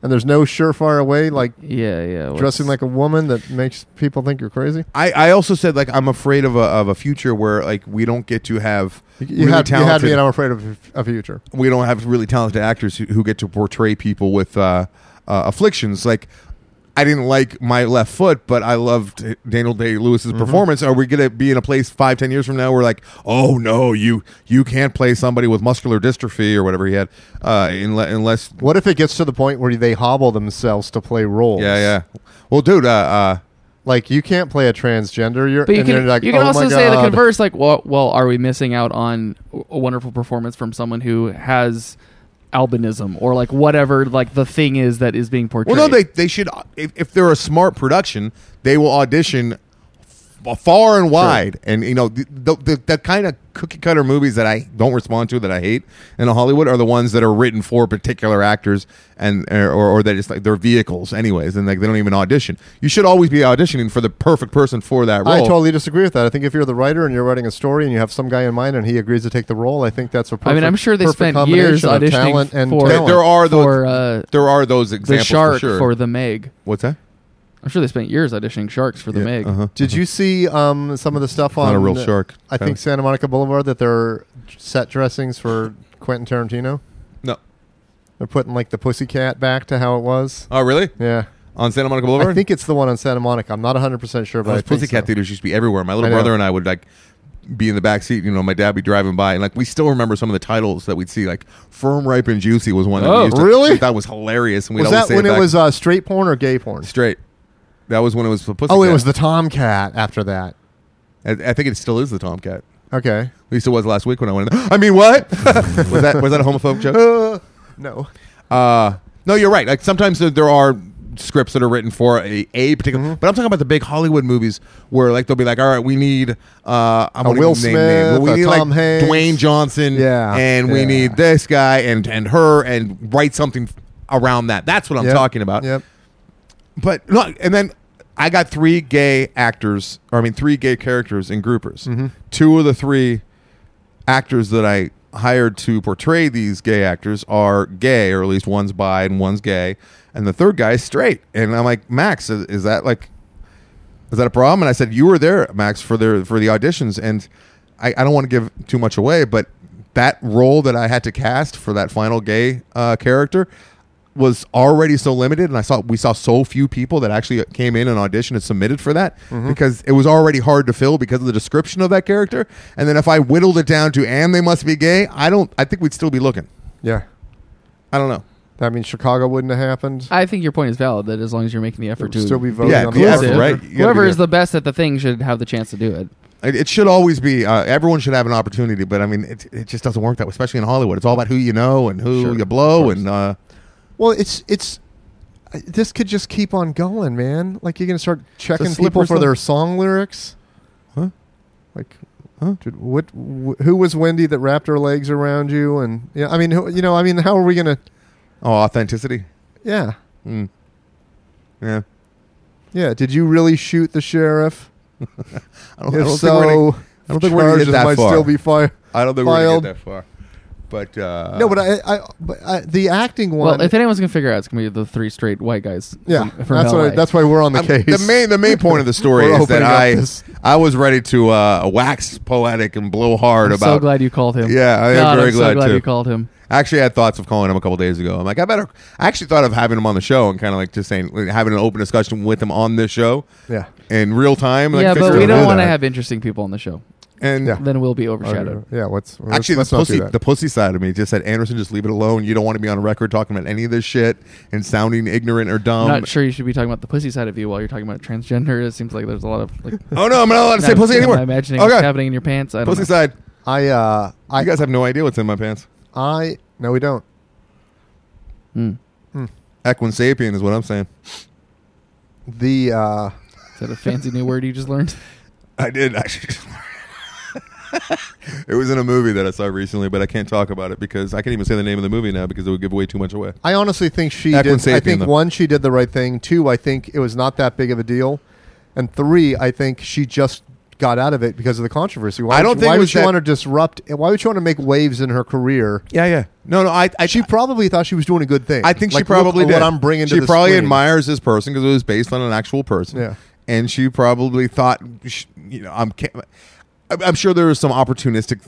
B: and there's no surefire way like
A: Yeah, yeah. what's-
B: dressing like a woman that makes people think you're crazy.
C: I, I also said like I'm afraid of a of a future where like we don't get to have
B: You, you
C: really
B: had, you had
C: talented
B: me, and I'm afraid of a future.
C: we don't have really talented actors who, who get to portray people with uh, uh, afflictions like. I didn't like my left foot, but I loved Daniel Day Lewis's
B: Mm-hmm.
C: performance. Are we gonna be in a place five, ten years from now where like, oh no, you you can't play somebody with muscular dystrophy or whatever he had, uh, unless, unless
B: What if it gets to the point where they hobble themselves to play roles?
C: yeah, yeah. Well, dude, uh, uh,
B: Like you can't play a transgender. You're,
A: But you
B: and
A: can
B: they're like,
A: you
B: "Oh
A: can
B: my
A: also say the
B: God."
A: converse like well well are we missing out on a wonderful performance from someone who has albinism or like whatever like the thing is that is being portrayed.
C: Well, no, they they should. If, if they're a smart production, they will audition f- far and wide. And you know, the, the, the, the kind of cookie cutter movies that I don't respond to that I hate in Hollywood are the ones that are written for particular actors and or or they just like they're vehicles, anyways, and like they don't even audition. You should always be auditioning for the perfect person for that role.
B: I totally disagree with that. I think if you're the writer and you're writing a story and you have some guy in mind and he agrees to take the role, I think that's a perfect.
A: I mean, I'm sure they
B: perfect
A: spent
B: combination
A: years
B: of
A: auditioning
B: talent and
A: for
C: There-
B: talent.
C: there are those-
A: for uh,
C: There are those
A: the
C: examples for
A: shark
C: sure.
A: the Meg.
C: What's that?
A: I'm sure they spent years auditioning sharks for the
C: Yeah,
A: Meg.
C: uh-huh.
B: Did you see um, some of the stuff on
C: Not a real shark.
B: I think Santa Monica Boulevard that they're set dressings for Quentin Tarantino.
C: No.
B: They're putting like the pussycat back to how it was.
C: Oh, really?
B: Yeah.
C: On Santa Monica Boulevard?
B: I think it's the one on Santa Monica. I'm not 100% sure, but I
C: Those
B: think
C: pussycat
B: so.
C: theaters used to be everywhere. My little
B: I know.
C: brother and I would like be in the back seat. You know, my dad be driving by, and like we still remember some of the titles that we'd see. Like "Firm, Ripe, and Juicy" was one. That we
B: Oh,
C: used to-
B: really?
C: we thought was hilarious. And we'd
B: Was
C: always
B: that
C: say
B: when it
C: back-
B: was uh, straight porn or gay porn?
C: straight? That was when it was the pussycat.
B: Oh, it was the Tomcat after that.
C: I, I think it still is the Tomcat.
B: Okay.
C: At least it was last week when I went. in- I mean, what was that? Was that a homophobic joke?
B: No.
C: Uh, no, you're right. Like sometimes there- there are scripts that are written for a, a particular.
B: Mm-hmm.
C: But I'm talking about the big Hollywood movies where like they'll be like, all right, we need uh, I'm
B: A
C: gonna
B: Will
C: name
B: Smith,
C: names. we
B: a
C: need
B: Tom
C: like
B: Hanks.
C: Dwayne Johnson,
B: Yeah,
C: and we
B: yeah.
C: need this guy and and her and write something around that. That's what I'm
B: Yep,
C: talking about
B: Yep.
C: but no, and then I got three gay actors, or I mean, three gay characters in groupers. Two of the three actors that I hired to portray these gay actors are gay, or at least one's bi and one's gay, and the third guy is straight. And I'm like, Max, is, is that like, is that a problem? And I said, you were there, Max, for their for the auditions, and I, I don't want to give too much away, but that role that I had to cast for that final gay uh, character was already so limited, and I saw we saw so few people that actually came in and auditioned and submitted for that because it was already hard to fill because of the description of that character. And then if I whittled it down to and they must be gay, I don't. I think we'd still be looking.
B: Yeah.
C: I don't know.
B: That means Chicago wouldn't have happened.
A: I think your point is valid that as long as you're making the effort
B: would
A: to
B: still be voting
C: Yeah,
B: on
C: the
B: the
C: effort,
B: floor.
C: right? You gotta
A: Whoever
C: be
A: is
C: there.
A: the best at the thing should have the chance to do it.
C: It, it should always be uh, everyone should have an opportunity, but I mean, it, it just doesn't work that way, especially in Hollywood. It's all about who you know and who
A: Sure,
C: you
A: of
C: blow,
A: course.
C: and uh,
B: Well, it's it's uh, this could just keep on going, man. Like you're gonna start checking
C: slippery
B: people for
C: slope.
B: their song lyrics.
C: Huh?
B: Like,
C: Huh?
B: dude, what? Wh- who was Wendy that wrapped her legs around you? And yeah, I mean, who, you know, I mean, how are we gonna?
C: oh, authenticity.
B: Yeah,
C: Mm. Yeah,
B: yeah. Did you really shoot the sheriff?
C: I don't, I
B: if
C: don't
B: so,
C: think we're gonna, I don't think we're gonna get
B: charges
C: that
B: might
C: far.
B: still be fi-
C: I don't think we're gonna
B: filed.
C: get that far. But uh,
B: no, but I, I, but I, the acting one.
A: Well, if anyone's gonna figure it out, it's gonna be the three straight white guys.
B: yeah,
A: from, from
B: that's
A: LA.
B: what I, that's why we're on the
C: I'm-
B: case.
C: Um, The main the main point of the story
B: We're
C: is that
B: opening up
C: I
B: this-
C: I was ready to uh, wax poetic and blow hard
A: I'm
C: about.
A: so glad you called him.
C: Yeah, I am
A: God,
C: very
A: I'm
C: glad
A: so glad
C: too.
A: you called him.
C: Actually, I had thoughts of calling him a couple days ago. I'm like, I better. I actually thought of having him on the show and kind of like just saying having an open discussion with him on this show
B: yeah,
C: in real time. Like,
A: yeah,
C: figure
A: but
C: out
A: we
C: how
A: don't
C: do
A: want to
C: that.
A: have interesting people on the show.
C: And
B: Yeah.
A: Then we'll be overshadowed.
B: yeah. What's let's-
C: actually,
B: let's
C: the
B: not do
C: pussy
B: that.
C: the pussy side of me just said, Anderson, just leave it alone. You don't want to be on record talking about any of this shit and sounding ignorant or dumb.
A: I'm not sure you should be talking about the pussy side of you while you're talking about transgender. It seems like there's a lot of like.
C: Oh no, I'm not allowed to say
A: I'm-
C: pussy
A: am
C: anymore.
A: I imagining
C: okay.
A: what's happening in your pants. I don't
C: Pussy
A: know.
C: side.
B: I, uh, I,
C: You guys have no idea what's in my pants.
B: I, no, we don't.
A: Mm.
C: Equinsapien is what I'm saying.
B: The uh,
A: Is that a fancy new word you just learned?
C: I did actually. it was in a movie that I saw recently, but I can't talk about it because I can't even say the name of the movie now because it would give away too much away.
B: I honestly think she
C: Back when
B: did. I
C: Sapien,
B: think
C: though.
B: one, she did the right thing. Two, I think it was not that big of a deal. And three, I think she just got out of it because of the controversy. Why
C: I
B: would
C: don't
B: she-
C: think
B: why
C: it
B: would
C: was
B: she
C: that-
B: want to disrupt? and Why would she want to make waves in her career?
C: Yeah, yeah. No, no. I, I
B: She probably thought she was doing a good thing.
C: I think she
B: Like, look
C: probably
B: at
C: did.
B: what I'm bringing.
C: She
B: to the
C: probably
B: screen.
C: admires this person because it was based on an actual person.
B: Yeah.
C: and she probably thought, sh- you know, I'm, ca- I'm I'm sure there was some opportunistic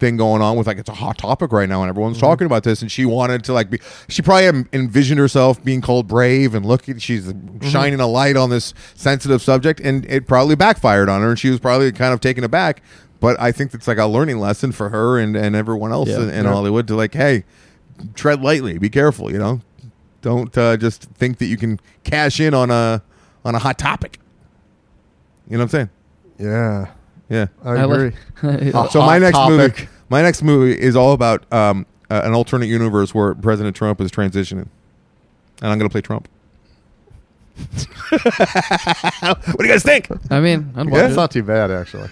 C: thing going on with like it's a hot topic right now and everyone's
B: Mm-hmm.
C: talking about this and she wanted to like be she probably em- envisioned herself being called brave and looking she's
B: Mm-hmm.
C: shining a light on this sensitive subject and it probably backfired on her and she was probably kind of taken aback but i think it's like a learning lesson for her and and everyone else
A: Yeah.
C: in, in
B: Yeah.
C: hollywood to like hey tread lightly be careful you know don't uh, just think that you can cash in on a on a hot topic. You know what I'm saying?
B: Yeah,
C: Yeah.
B: I,
A: like-
B: agree.
A: I
C: so my
B: hot
C: next
B: topic.
C: movie, my next movie is all about um, uh, an alternate universe where President Trump is transitioning, and I'm going to play Trump. what do you guys think?
A: mean, I'd watch
B: Well, it's
A: it.
B: not too bad actually.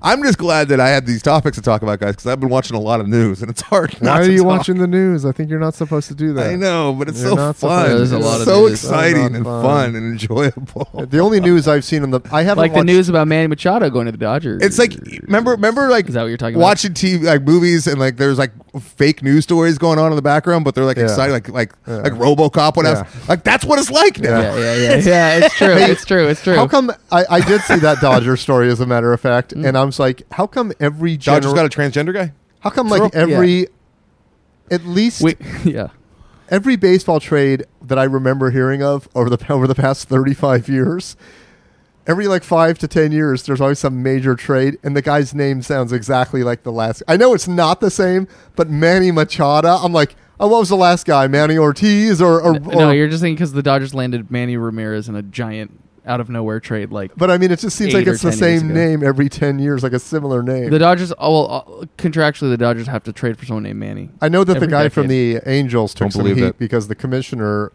C: I'm just glad that I had these topics to talk about, guys, because I've been watching a lot of news, and it's hard.
B: Why
C: not
B: are
C: to
B: you
C: talk.
B: watching the news? I think you're not supposed to do that.
C: I know, but it's
B: You're
C: so
B: not supposed
C: fun.
B: to
A: There's a
C: It's
A: lot of
C: so
A: news.
C: exciting and
B: Fun.
C: fun and enjoyable.
B: The only news I've seen on the I haven't
A: like the
B: watched-
A: news about Manny Machado going to the Dodgers.
C: It's like remember remember like
A: Is that what you're talking about?
C: watching TV like movies and like there's like fake news stories going on in the background, but they're like
B: Yeah.
C: exciting like like
B: Yeah.
C: like RoboCop whatever.
B: Yeah.
C: Like that's what it's like now.
A: Yeah, yeah, yeah, yeah. It's true. It's true. It's true.
B: How come I, I did see that Dodger story as a matter of fact, and I was like, how come every
C: Mm. Dodgers
B: general,
C: got a transgender guy.
B: how come
A: Sure.
B: like every at least
A: We, yeah.
B: every baseball trade that I remember hearing of over the over the past thirty five years, every like five to ten years, there's always some major trade, and the guy's name sounds exactly like the last. I know it's not the same, but Manny Machado. I'm like, oh, what was the last guy? Manny Ortiz or or, or
A: no, you're just thinking because the Dodgers landed Manny Ramirez in a giant out of nowhere trade. Like
B: but I mean, it just seems
A: Eight
B: like
A: or
B: it's the
A: 10 years
B: same
A: ago.
B: name every ten years, like a similar name.
A: the Dodgers, oh, well, uh, contractually, the Dodgers have to trade for someone named Manny.
B: I know that the
A: Every
B: guy from
A: decade.
B: the Angels took
C: Don't
B: some
C: believe
B: heat
C: it.
B: because the commissioner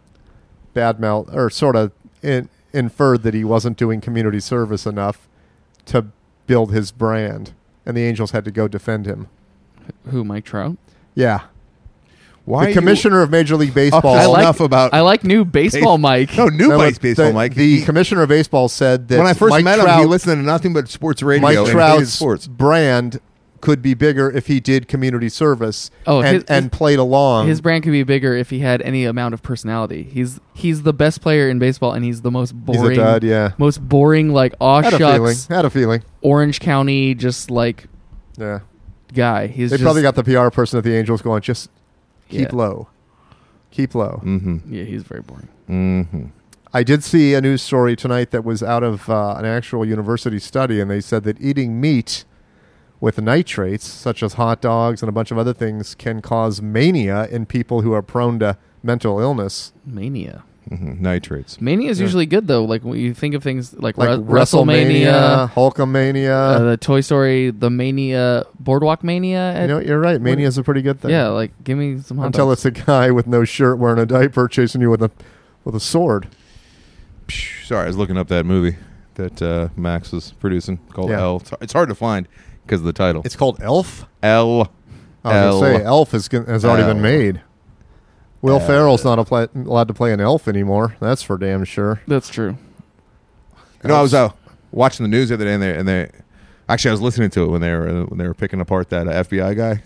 B: badmouth or sort of in, inferred that he wasn't doing community service enough to build his brand, and the Angels had to go defend him.
A: Who Mike Trout?
B: Yeah,
C: Why
B: the
C: are you-
B: commissioner of Major League Baseball.
C: Well,
A: I like,
C: enough about-
A: I like new baseball, Mike.
C: No, new
B: No,
C: Mike's
B: but
C: baseball,
B: the,
C: Mike.
B: The
C: He-
B: commissioner of baseball said that
C: when I first
B: Mike
C: met
B: Trout,
C: him, he listened to nothing but sports radio. and
B: Mike
C: hated
B: Trout's
C: sports.
B: brand could be bigger if he did community service
A: Oh,
B: and,
A: his-
B: and
A: his-
B: played along.
A: His brand could be bigger if he had any amount of personality. He's he's the best player in baseball, and he's the most
B: He's
A: boring.
B: a dud, yeah.
A: Most boring, like aw
B: Had a feeling.
A: shucks,
B: Had a feeling.
A: Orange County, just like
B: Yeah.
A: guy. He's
B: They
A: just,
B: probably got the PR person at the Angels going, just keep
A: Yeah.
B: low. Keep low.
C: Mm-hmm.
A: Yeah, he's very boring.
C: Mm-hmm.
B: I did see a news story tonight that was out of uh, an actual university study, and they said that eating meat with nitrates, such as hot dogs and a bunch of other things, can cause mania in people who are prone to mental illness.
A: Mania.
C: Mm-hmm. Nitrates.
A: Mania is
B: Yeah.
A: usually good though. Like when you think of things like,
B: Like
A: Ru-
B: WrestleMania,
A: WrestleMania, uh,
B: Hulkamania.
A: the Toy Story, the Mania, Boardwalk Mania.
B: you know, you're right. Mania is a pretty good thing.
A: yeah, like give me some hot
B: Until
A: dogs.
B: it's a guy with no shirt wearing a diaper chasing you with a with a sword.
C: Psh, Sorry, I was looking up that movie that uh, Max was producing called
B: Yeah.
C: L. It's- It's hard to find because of the title.
B: It's called E Elf.
C: L.
B: I was gonna say
C: L.
B: Elf is gon- has already
C: L.
B: been made.
C: L.
B: Will Farrell's Ferrell's not a pla allowed to play an elf anymore. That's for damn sure.
A: That's true.
C: You know, I was uh, watching the news the other day, and they and they actually I was listening to it when they were uh, when they were picking apart that uh, FBI guy,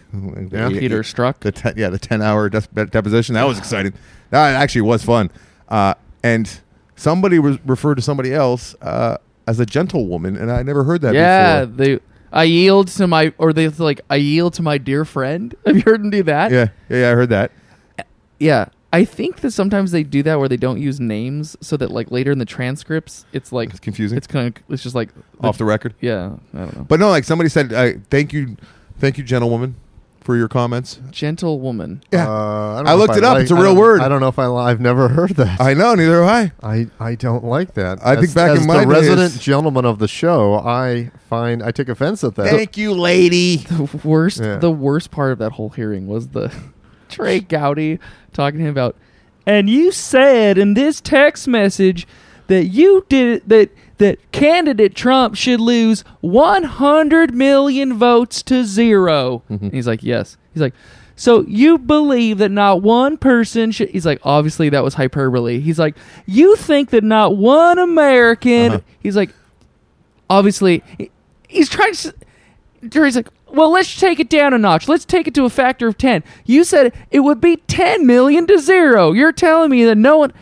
B: Yeah.
C: The-
A: Peter Struck.
C: The ten, yeah, the ten hour des- deposition that was exciting. That actually was fun. Uh, and somebody was referred to somebody else uh, as a gentlewoman, and I never heard that.
A: yeah,
C: before.
A: they. I yield to my, or they like, I yield to my dear friend. Have you heard him do that?
C: yeah, yeah, yeah, I heard that.
A: Yeah. I think that sometimes they do that where they don't use names, so that like later in the transcripts, it's like
C: It's confusing.
A: It's kind of, it's just like
C: Off the record.
A: Yeah, I don't know.
C: But no, like somebody said, uh, thank you, thank you, gentlewoman, for your comments.
A: Gentlewoman.
C: Yeah.
B: Uh, don't
C: I
B: know if
C: looked it up.
B: like-
C: It's a
B: I
C: real
B: don't-
C: word.
B: I don't know if I. li- I've never heard that.
C: I know, neither have I.
B: I, I don't like that.
C: I think
B: As-
C: back
B: as
C: in my
B: the
C: days-
B: resident gentleman of the show, I find I take offense at that.
C: you, lady.
A: The worst,
B: Yeah.
A: the worst part of that whole hearing was the Trey Gowdy talking to him about. And you said in this text message that you did that that candidate Trump should lose 100 million votes to 0 And he's like, yes. He's like. So you believe that not one person should he's like obviously that was hyperbole. He's like you think that not one American
C: Uh-huh.
A: he's like obviously he- he's trying to s- Jerry's like, well, let's take it down a notch. Let's take it to a factor of 10. You said it would be 10 million to zero. You're telling me that no one.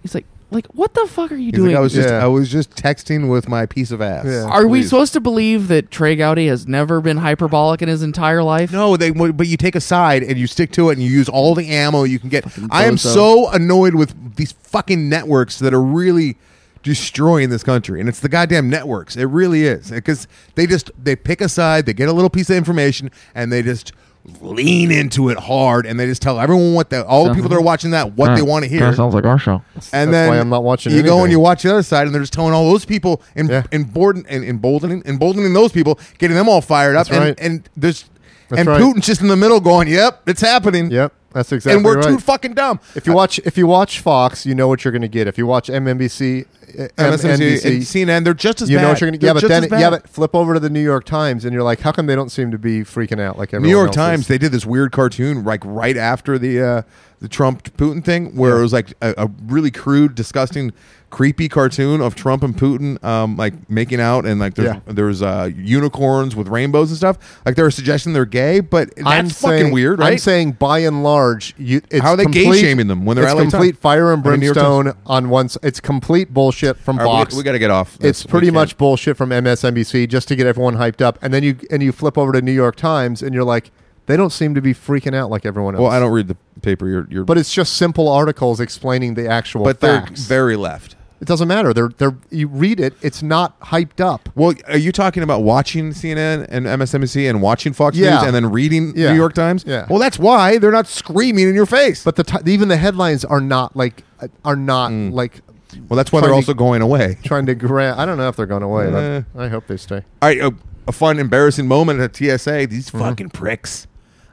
A: He's like, like, what the fuck are you
C: He's
A: doing?
C: like, I was just
B: Yeah.
C: I was just texting with my piece of ass.
B: Yeah.
A: are we
C: Please.
A: supposed to believe that Trey Gowdy has never been hyperbolic in his entire life?
C: No, they. But you take a side and you stick to it, and you use all the ammo you can get. I am
A: bozo.
C: so annoyed with these fucking networks that are really destroying this country, and it's the goddamn networks. It really is because they just they pick a side, they get a little piece of information, and they just lean into it hard, and they just tell everyone what the all the people that are watching that what they want to hear.
A: like our show.
C: And
B: That's
C: then
B: why I'm not watching
C: You go
B: anything.
C: and you watch the other side, and they're just telling all those people and
B: Yeah.
C: embolden and emboldening, emboldening those people, getting them all fired up,
B: That's
C: and
B: right.
C: and there's
B: That's
C: and
B: right.
C: Putin's just in the middle, going, "Yep, it's happening."
B: Yep, that's exactly
C: and we're
B: right.
C: too fucking dumb.
B: if you watch if you watch Fox, you know what you're going to get. If you watch MNBC, uh,
C: MSNBC and
B: MNBC,
C: CNN, they're just as
B: you
C: bad.
B: know what you're going to. Yeah,
C: They're
B: but
C: just
B: then
C: as bad.
B: yeah, but flip over to the New York Times, and you're like, how come they don't seem to be freaking out like everyone
C: New York
B: else
C: Times
B: is?
C: they did this weird cartoon like right after the uh, the Trump Putin thing, where it was like a, a really crude, disgusting, creepy cartoon of Trump and Putin um, like making out, and like there's,
B: Yeah.
C: there's uh, unicorns with rainbows and stuff. Like they were suggesting they're gay, but that's
B: I'm
C: fucking
B: saying-
C: weird, right?
B: I'm saying by and large, you, it's
C: How are they gay
B: complete-
C: shaming them when they're
B: it's
C: LA Times?
B: complete fire and
C: I mean, New York Times.
B: brimstone on once. It's complete bullshit from
C: All right, we-
B: Fox.
C: we, got to get off.
B: it's
C: this. We
B: pretty
C: can't.
B: much bullshit from MSNBC just to get everyone hyped up, and then you and you flip over to New York Times, and you're like, they don't seem to be freaking out like everyone else.
C: Well, I don't read the paper. You're, you're
B: But it's just simple articles explaining the actual
C: but they're
B: facts.
C: very left.
B: it doesn't matter. They're they're you read it. It's not hyped up.
C: Well, are you talking about watching CNN and MSNBC and watching Fox
B: Yeah.
C: News and then reading
B: Yeah.
C: New York Times?
B: Yeah.
C: Well, that's why they're not screaming in your face.
B: But the t- even the headlines are not like uh, are not
C: Mm.
B: like
C: well, that's why they're
B: trying
C: also
B: to-
C: going away.
B: trying to grab. I don't know if they're going away.
C: Eh.
B: but I hope they stay.
C: All right, a, a fun, embarrassing moment at TSA. These
B: Mm-hmm.
C: fucking pricks.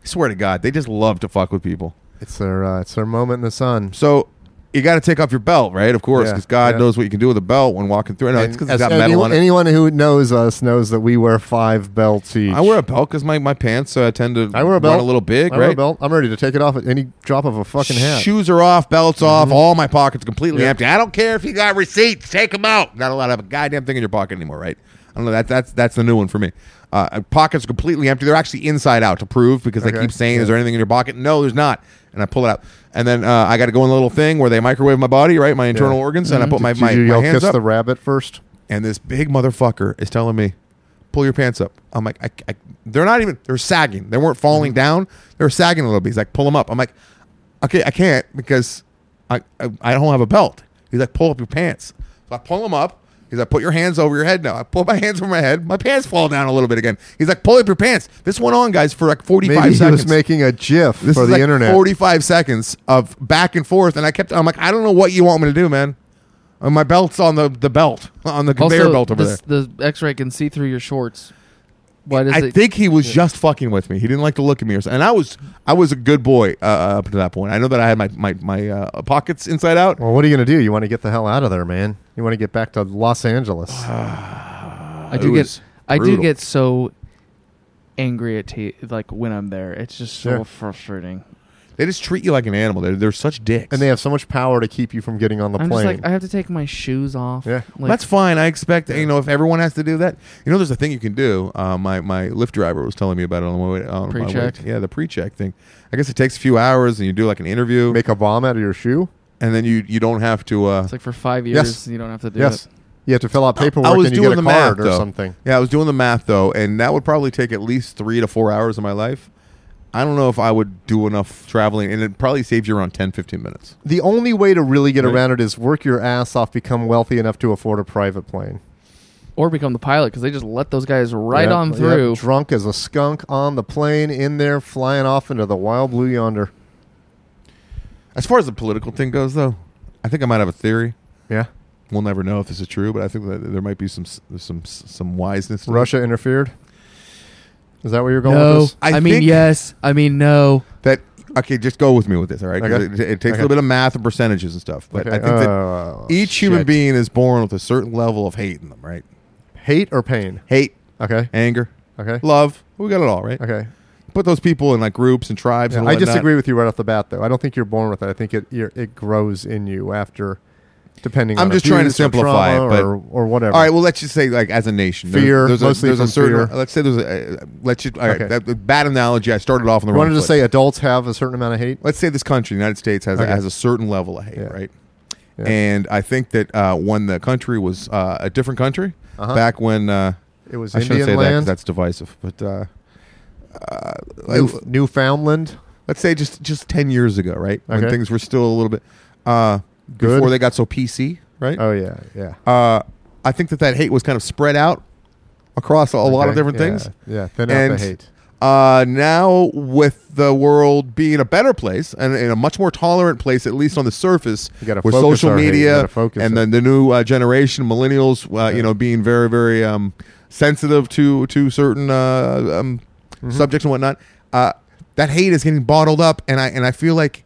C: I swear to God, they just love to fuck with people.
B: It's their uh, it's their moment in the sun.
C: So you got to take off your belt, right? Of course,
B: Yeah,
C: because God
B: yeah.
C: knows what you can do with a belt when walking through. No, it's because it's
B: as
C: got metal on
B: anyone,
C: it.
B: anyone who knows us knows that we wear five belts each.
C: I wear a belt because my, my pants uh, tend to
B: I wear a
C: run
B: belt.
C: a little big,
B: I
C: right?
B: wear a belt. I'm ready to take it off at any drop of a fucking hat.
C: Shoes are off, belts off, all my pockets completely
B: Yeah.
C: empty. I don't care if you got receipts, take them out. Not allowed to have a goddamn thing in your pocket anymore, right? I don't know. That, that's that's the new one for me. Uh, pockets are completely empty. They're actually inside out to prove because I
B: Okay.
C: keep saying, "Is there anything in your pocket?" No, there's not. And I pull it out, and then uh, I got to go in the little thing where they microwave my body, right, my internal organs, and I put my
B: Mm-hmm. Did
C: my,
B: you
C: my
B: yell
C: hands
B: kiss
C: up.
B: the rabbit first?
C: and this big motherfucker is telling me, "Pull your pants up." I'm like, I, I, "They're not even. They're sagging. They weren't
B: Mm-hmm.
C: falling down. They were sagging a little bit." He's like, "Pull them up." I'm like, "Okay, I can't because I, I I don't have a belt." He's like, "Pull up your pants." So I pull them up. He's like, "Put your hands over your head now." I pull my hands over my head. My pants fall down a little bit again. He's like, "Pull up your pants." This went on, guys, for like 45
B: Maybe he
C: seconds
B: was making a GIF
C: this
B: for
C: is
B: the
C: like
B: internet.
C: 45 seconds of back and forth and i kept i'm like i don't know what you want me to do man Uh, my belt's on the the belt on the conveyor
A: also,
C: belt over
A: this-
C: there
A: The X-ray can see through your shorts. Why does
C: I
A: it?
C: think he was just fucking with me. He didn't like to look at me, or something. and I was I was a good boy uh, up to that point. I know that I had my my, my uh, pockets inside out.
B: Well, what are you going to do? You want to get the hell out of there, man. You want to get back to Los Angeles.
A: I do
C: it
A: get.
C: was
A: I do
C: brutal.
A: get so angry at t- like when I'm there. It's just so
B: Sure.
A: frustrating.
C: They just treat you like an animal. They're, they're such dicks.
B: and they have so much power to keep you from getting on the
A: I'm just
B: plane.
A: like I have to take my shoes off.
B: Yeah.
A: like,
C: That's fine. I expect you know if everyone has to do that. You know, there's a thing you can do. Uh, my my Lyft driver was telling me about it on the way. On my way-
A: Pre-check?
C: yeah, the pre-check thing. I guess it takes a few hours, and you do like an interview.
B: Make a bomb out of your shoe?
C: and then you you don't have to. Uh,
A: It's like for five years
B: Yes.
A: you don't have to do
B: Yes.
A: it.
B: You have to fill out paperwork
C: I was
B: and you
C: doing
B: get a
C: the
B: card
C: math
B: or
C: though.
B: something.
C: Yeah, I was doing the math though, and that would probably take at least three to four hours of my life. I don't know if I would do enough traveling, and it probably saves you around 10, 15 minutes.
B: The only way to really get
C: Right.
B: around it is work your ass off, become wealthy enough to afford a private plane.
A: Or become the pilot because they just let those guys right
B: Yep,
A: on
B: yep.
A: through.
B: Drunk as a skunk on the plane, in there, flying off into the wild blue yonder.
C: As far as the political thing goes, though, I think I might have a theory.
B: Yeah.
C: We'll never know if this is true, but I think that there might be some s- some s- some wiseness. to this.
B: Russia interfered? Is that where you're going
A: no,
B: with this?
C: I
A: I, mean
C: think-
A: yes. I mean no.
C: that okay just go with me with this all right 'Cause
B: Okay.
C: it, it takes
B: Okay.
C: a little bit of math and percentages and stuff but
B: Okay,
C: i think that
B: oh,
C: each human
B: shit.
C: being is born with a certain level of hate in them right
B: Hate or pain?
C: hate
B: Okay.
C: anger
B: Okay.
C: love we got it all right
B: Okay.
C: put those people in like groups and tribes
B: Yeah,
C: and
B: I
C: whatnot.
B: disagree with you right off the bat, though. I don't think you're born with it. I think it you're, it grows in you after, depending.
C: I'm
B: on
C: just trying to
B: abuse or
C: simplify
B: trauma
C: it, but-
B: or, or whatever.
C: all right well let's just say like as a nation there's-
B: Fear,
C: there's, a,
B: mostly
C: there's a
B: from
C: certain
B: fear.
C: let's say there's a uh, let's just all right
B: Okay.
C: that, bad analogy i started off on the
B: you
C: wrong
B: wanted to
C: foot.
B: say adults have a certain amount of hate.
C: let's say this country, the United States, has,
B: Okay.
C: has a certain level of hate,
B: Yeah.
C: right?
B: Yeah.
C: And I think that uh, when the country was uh, a different country,
B: Uh-huh.
C: back when uh,
B: It was
C: I shouldn't
B: Indian
C: say that 'cause
B: land.
C: that's divisive, but uh, uh,
B: New, Newfoundland.
C: let's say just just ten years ago, right, when
B: Okay.
C: things were still a little bit uh,
B: Good.
C: before they got so PC, right?
B: Oh yeah, yeah.
C: Uh, I think that that hate was kind of spread out across a lot of
B: Okay,
C: different
B: yeah,
C: things.
B: Yeah, thin out the
C: And-
B: hate.
C: Uh, now with the world being a better place and, and a much more tolerant place, at least on the surface,
B: You gotta
C: with
B: focus
C: social
B: our hate, you
C: media
B: gotta focus
C: and
B: it.
C: then the new uh, generation, millennials, uh, you know, being very, very um, sensitive to to certain uh, um,
B: Mm-hmm.
C: subjects and whatnot. Uh, that hate is getting bottled up, and I and I feel like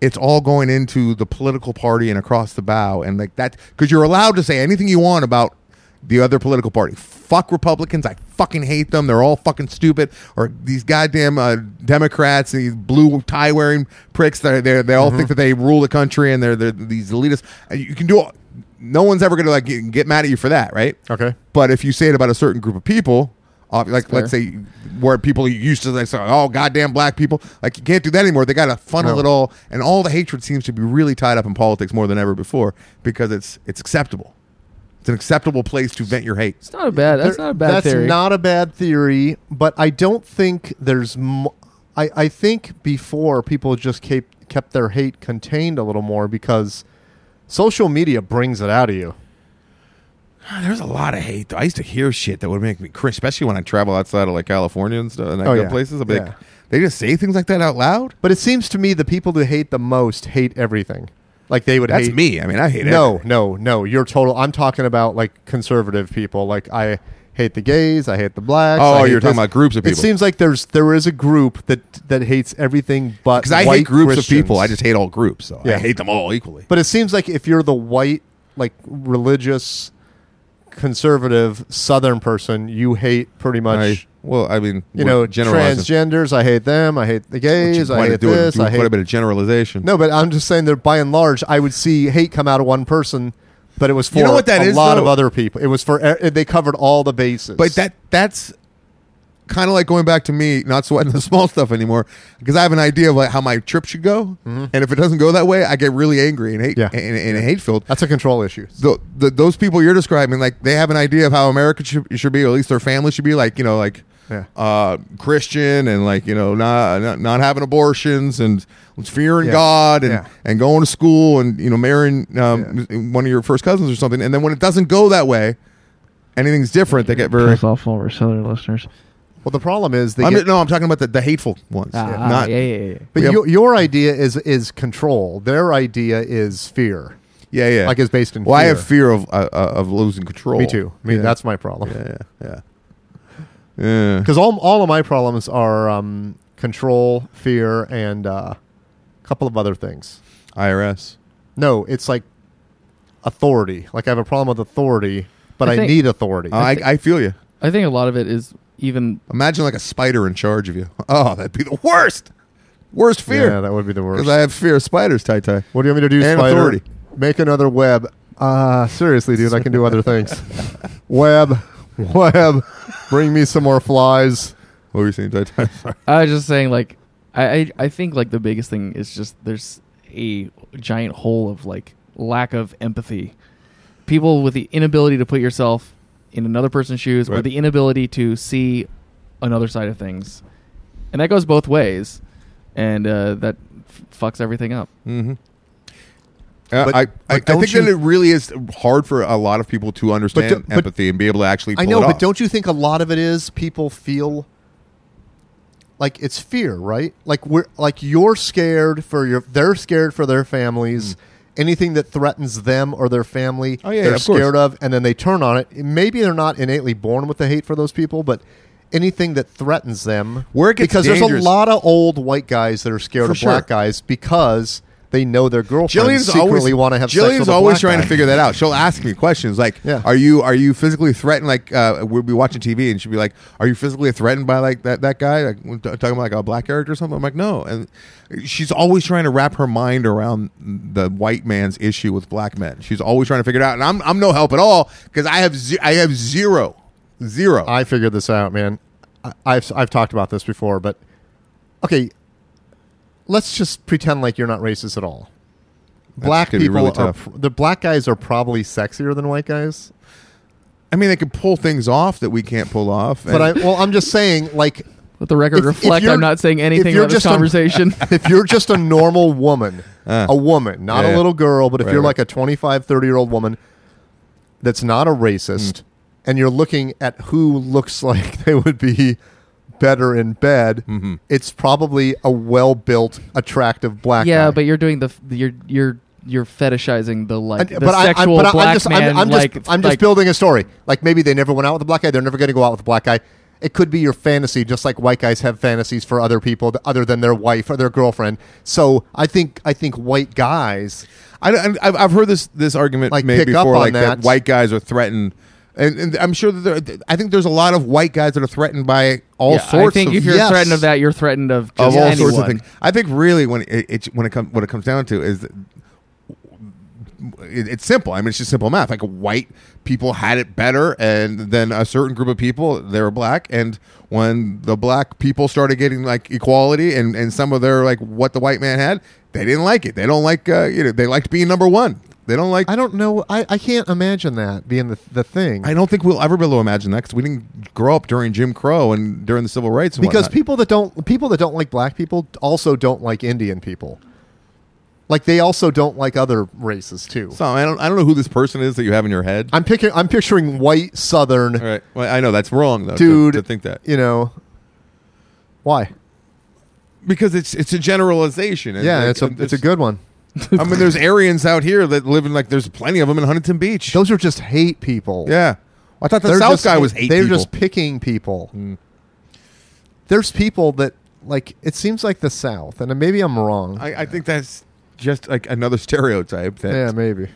C: it's all going into the political party and across the bow, and like that because you're allowed to say anything you want about the other political party. Fuck Republicans. I fucking hate them. They're all fucking stupid. Or these goddamn uh, Democrats, these blue tie wearing pricks. They they they all
B: Mm-hmm.
C: think that they rule the country and they're, they're these elitists. And you can do. All, no one's ever gonna like get, get mad at you for that, right?
B: Okay.
C: But if you say it about a certain group of people, uh, like
A: fair.
C: let's say where people used to like say, "Oh, goddamn black people," like you can't do that anymore. They got to funnel
B: No.
C: it all, and all the hatred seems to be really tied up in politics more than ever before because it's it's acceptable. It's an acceptable place to vent your hate.
A: It's not a bad. That's
B: There-
A: not a bad
B: that's
A: theory.
B: not a bad theory, but I don't think there's. Mo- I I think before people just kept kept their hate contained a little more because social media brings it out of you.
C: God, Ah, There's a lot of hate. though. I used to hear shit that would make me cringe, especially when I travel outside of like California and stuff and like
B: Oh,
C: other
B: yeah.
C: places. I'd be
B: Yeah.
C: like, they just say things like that out loud.
B: But it seems to me the people who hate the most hate everything. Like they would
C: That's
B: hate
C: me. I mean, I hate
B: No,
C: everything.
B: no, no. You're total. I'm talking about like conservative people. Like I hate the gays, I hate the blacks.
C: Oh,
B: I hate
C: you're talking about groups of
B: It
C: people.
B: seems like there's there is a group that that hates everything but
C: Because I
B: white
C: hate groups
B: Christians.
C: of people. I just hate all groups. So
B: Yeah.
C: I hate them all equally.
B: But it seems like if you're the white, like religious, conservative Southern person, you hate pretty much.
C: I- well, I mean, we're
B: you know,
C: generalizing.
B: transgenders. I hate them. I hate the gays. I
C: Quite a-
B: hate
C: do a-
B: this.
C: do
B: I hate
C: quite a bit of generalization.
B: No, but I'm just saying that by and large, I would see hate come out of one person, but it was for
C: You know what that
B: a
C: is,
B: lot
C: though?
B: of other people. It was for eh, they covered all the bases.
C: But that that's kind of like going back to me not sweating the small stuff anymore because I have an idea of like how my trip should go, and if it doesn't go that way, I get really angry and hate
B: Mm-hmm. Yeah.
C: and, and hate filled.
B: that's a control issue.
C: The, the, those people you're describing, like they have an idea of how America should, should be, or at least their family should be, like you know, like
B: Yeah.
C: uh, Christian and like you know, not not, not having abortions and fearing
B: Yeah.
C: God and
B: Yeah.
C: and going to school and you know marrying um, one of your first cousins or something, and then when it doesn't go that way, anything's different. They get very
A: Piss off all of our southern listeners.
B: Well, the problem is they
C: I'm,
B: get,
C: no, I'm talking about the, the hateful ones.
A: Ah,
C: not,
A: yeah, yeah, yeah.
B: but
C: Yep.
B: your, your idea is is control. Their idea is fear.
C: yeah, yeah.
B: Like it's based in
C: Well, I
B: fear.
C: have fear of uh, uh, of losing control.
B: Me too. I mean,
C: yeah.
B: that's my problem.
C: yeah, yeah, yeah. yeah.
B: because all, all of my problems are um, control, fear, and uh, a couple of other things.
C: IRS.
B: No, it's like authority. Like I have a problem with authority, but
A: I
B: I,
A: think-
B: need authority.
C: I, I, feel you.
A: I think a lot of it is even
C: Imagine like a spider in charge of you. Oh, that'd be the worst. Worst
B: Yeah,
C: fear.
B: that would be the worst.
C: Because I have fear of spiders, Tai Tai.
B: what do you want me to do,
C: And
B: Spider?
C: authority.
B: Make another web. Uh, seriously, dude, I can do other things. web, web, bring me some more flies.
C: What were you saying, Tai Tai? Sorry.
A: I was just saying, like, I, I I think like the biggest thing is just there's a giant hole of like lack of empathy. People with the inability to put yourself in another person's shoes, or
C: Right.
A: the inability to see another side of things, and that goes both ways, and uh, that f- fucks everything up.
C: Mm-hmm. Uh,
B: But-
C: I,
B: but
C: I, I
B: don't
C: think
B: you-
C: that it really is hard for a lot of people to understand
B: don't- but-
C: empathy and be able to actually. Pull
B: I know,
C: it
B: but
C: off.
B: don't you think a lot of it is people feel like it's fear, right? Like we're like you're scared for your, they're scared for their families. Anything that threatens them or their family,
C: Hmm. Oh, yeah,
B: they're
C: yeah, of course.
B: scared of, and then they turn on it. Maybe they're not innately born with the hate for those people, but anything that threatens them,
C: Where it gets
B: because there's
C: dangerous-
B: a lot of old white guys that are scared
C: For
B: of black
C: sure.
B: guys because they know their girlfriends
C: Jillian's
B: secretly
C: always
B: want to have. sex
C: Jillian's
B: with a
C: always
B: black
C: trying to
B: guy.
C: figure that out. She'll ask me questions like,
B: Yeah.
C: "Are you are you physically threatened?" Like uh, we'll be watching TV and she'll be like, "Are you physically threatened by like that that guy?" Like we're t- talking about like a black character or something. I'm like, "No," and she's always trying to wrap her mind around the white man's issue with black men. She's always trying to figure it out, and I'm I'm no help at all because I have ze- I have zero zero.
B: I figured this out, man. I, I've I've talked about this before, but okay, let's just pretend like you're not racist at all. Black
C: gonna be
B: people
C: really
B: are
C: tough.
B: pr- the black guys are probably sexier than white guys.
C: I mean, they can pull things off that we can't pull off.
B: But I well, I'm just saying like
A: Let the record
B: If- if
A: reflect
B: you're-
A: I'm not saying anything
B: you're
A: about this
B: just a-
A: conversation.
B: if you're just a normal woman,
C: Uh,
B: a woman, not
C: yeah,
B: a
C: yeah.
B: little girl, but if
C: Right,
B: you're
C: right.
B: like a 25, 30 year old woman that's not a
C: Mm.
B: racist and you're looking at who looks like they would be better in bed,
C: Mm-hmm.
B: it's probably a well built, attractive black
A: yeah,
B: guy.
A: but you're doing the f- you're you're you're fetishizing the like
B: And-
A: the
B: but I, I,
A: sexual
B: but I-
A: black
B: I'm just,
A: man.
B: I'm, I'm just,
A: like,
B: I'm just
A: like-
B: building a story. Like maybe they never went out with a black guy. They're never going to go out with a black guy. It could be your fantasy, just like white guys have fantasies for other people th- other than their wife or their girlfriend. So I think, I think white guys
C: I, I- I've, I've heard this this argument
B: Like,
C: made
B: pick up
C: before,
B: on
C: like that.
B: that.
C: white guys are threatened, and, and I'm sure that there, I think there's a lot of white guys that are threatened by all
A: Yeah,
C: sorts.
A: I think
C: of,
A: if you're
B: yes.
A: threatened of that, you're threatened of,
C: of
A: just
C: all
A: anyone.
C: sorts of things. I think really when it, it when it comes what it comes down to is that- it, it's simple. I mean, it's just simple math. Like white people had it better, and then a certain group of people they were black, and when the black people started getting like equality and and some of their like what the white man had, they didn't like it. They don't like uh, you know they liked being number one. They don't like.
B: I don't know. I, I can't imagine that being the, the thing.
C: I don't think we'll ever be able to imagine that because we didn't grow up during Jim Crow and during the civil rights. And
B: because
C: whatnot.
B: people that don't people that don't like black people also don't like Indian people. Like they also don't like other races too.
C: so I don't, I don't know who this person is that you have in your head.
B: I'm picking. I'm picturing white Southern
C: All right, well, I know that's wrong though. to-
B: dude.
C: to, think that
B: you know why?
C: because it's it's a generalization. and
B: yeah,
C: like,
B: it's a
C: and
B: it's a good one.
C: I mean, there's Aryans out here that live in like there's plenty of them in Huntington Beach.
B: Those are just hate people.
C: yeah. I thought the
B: They're
C: South
B: just-
C: guy was eight
B: They're
C: people. Mm.
B: just picking people. There's people that like. It seems like the South, and maybe I'm wrong.
C: I, I think that's just like another stereotype. That,
B: yeah, maybe.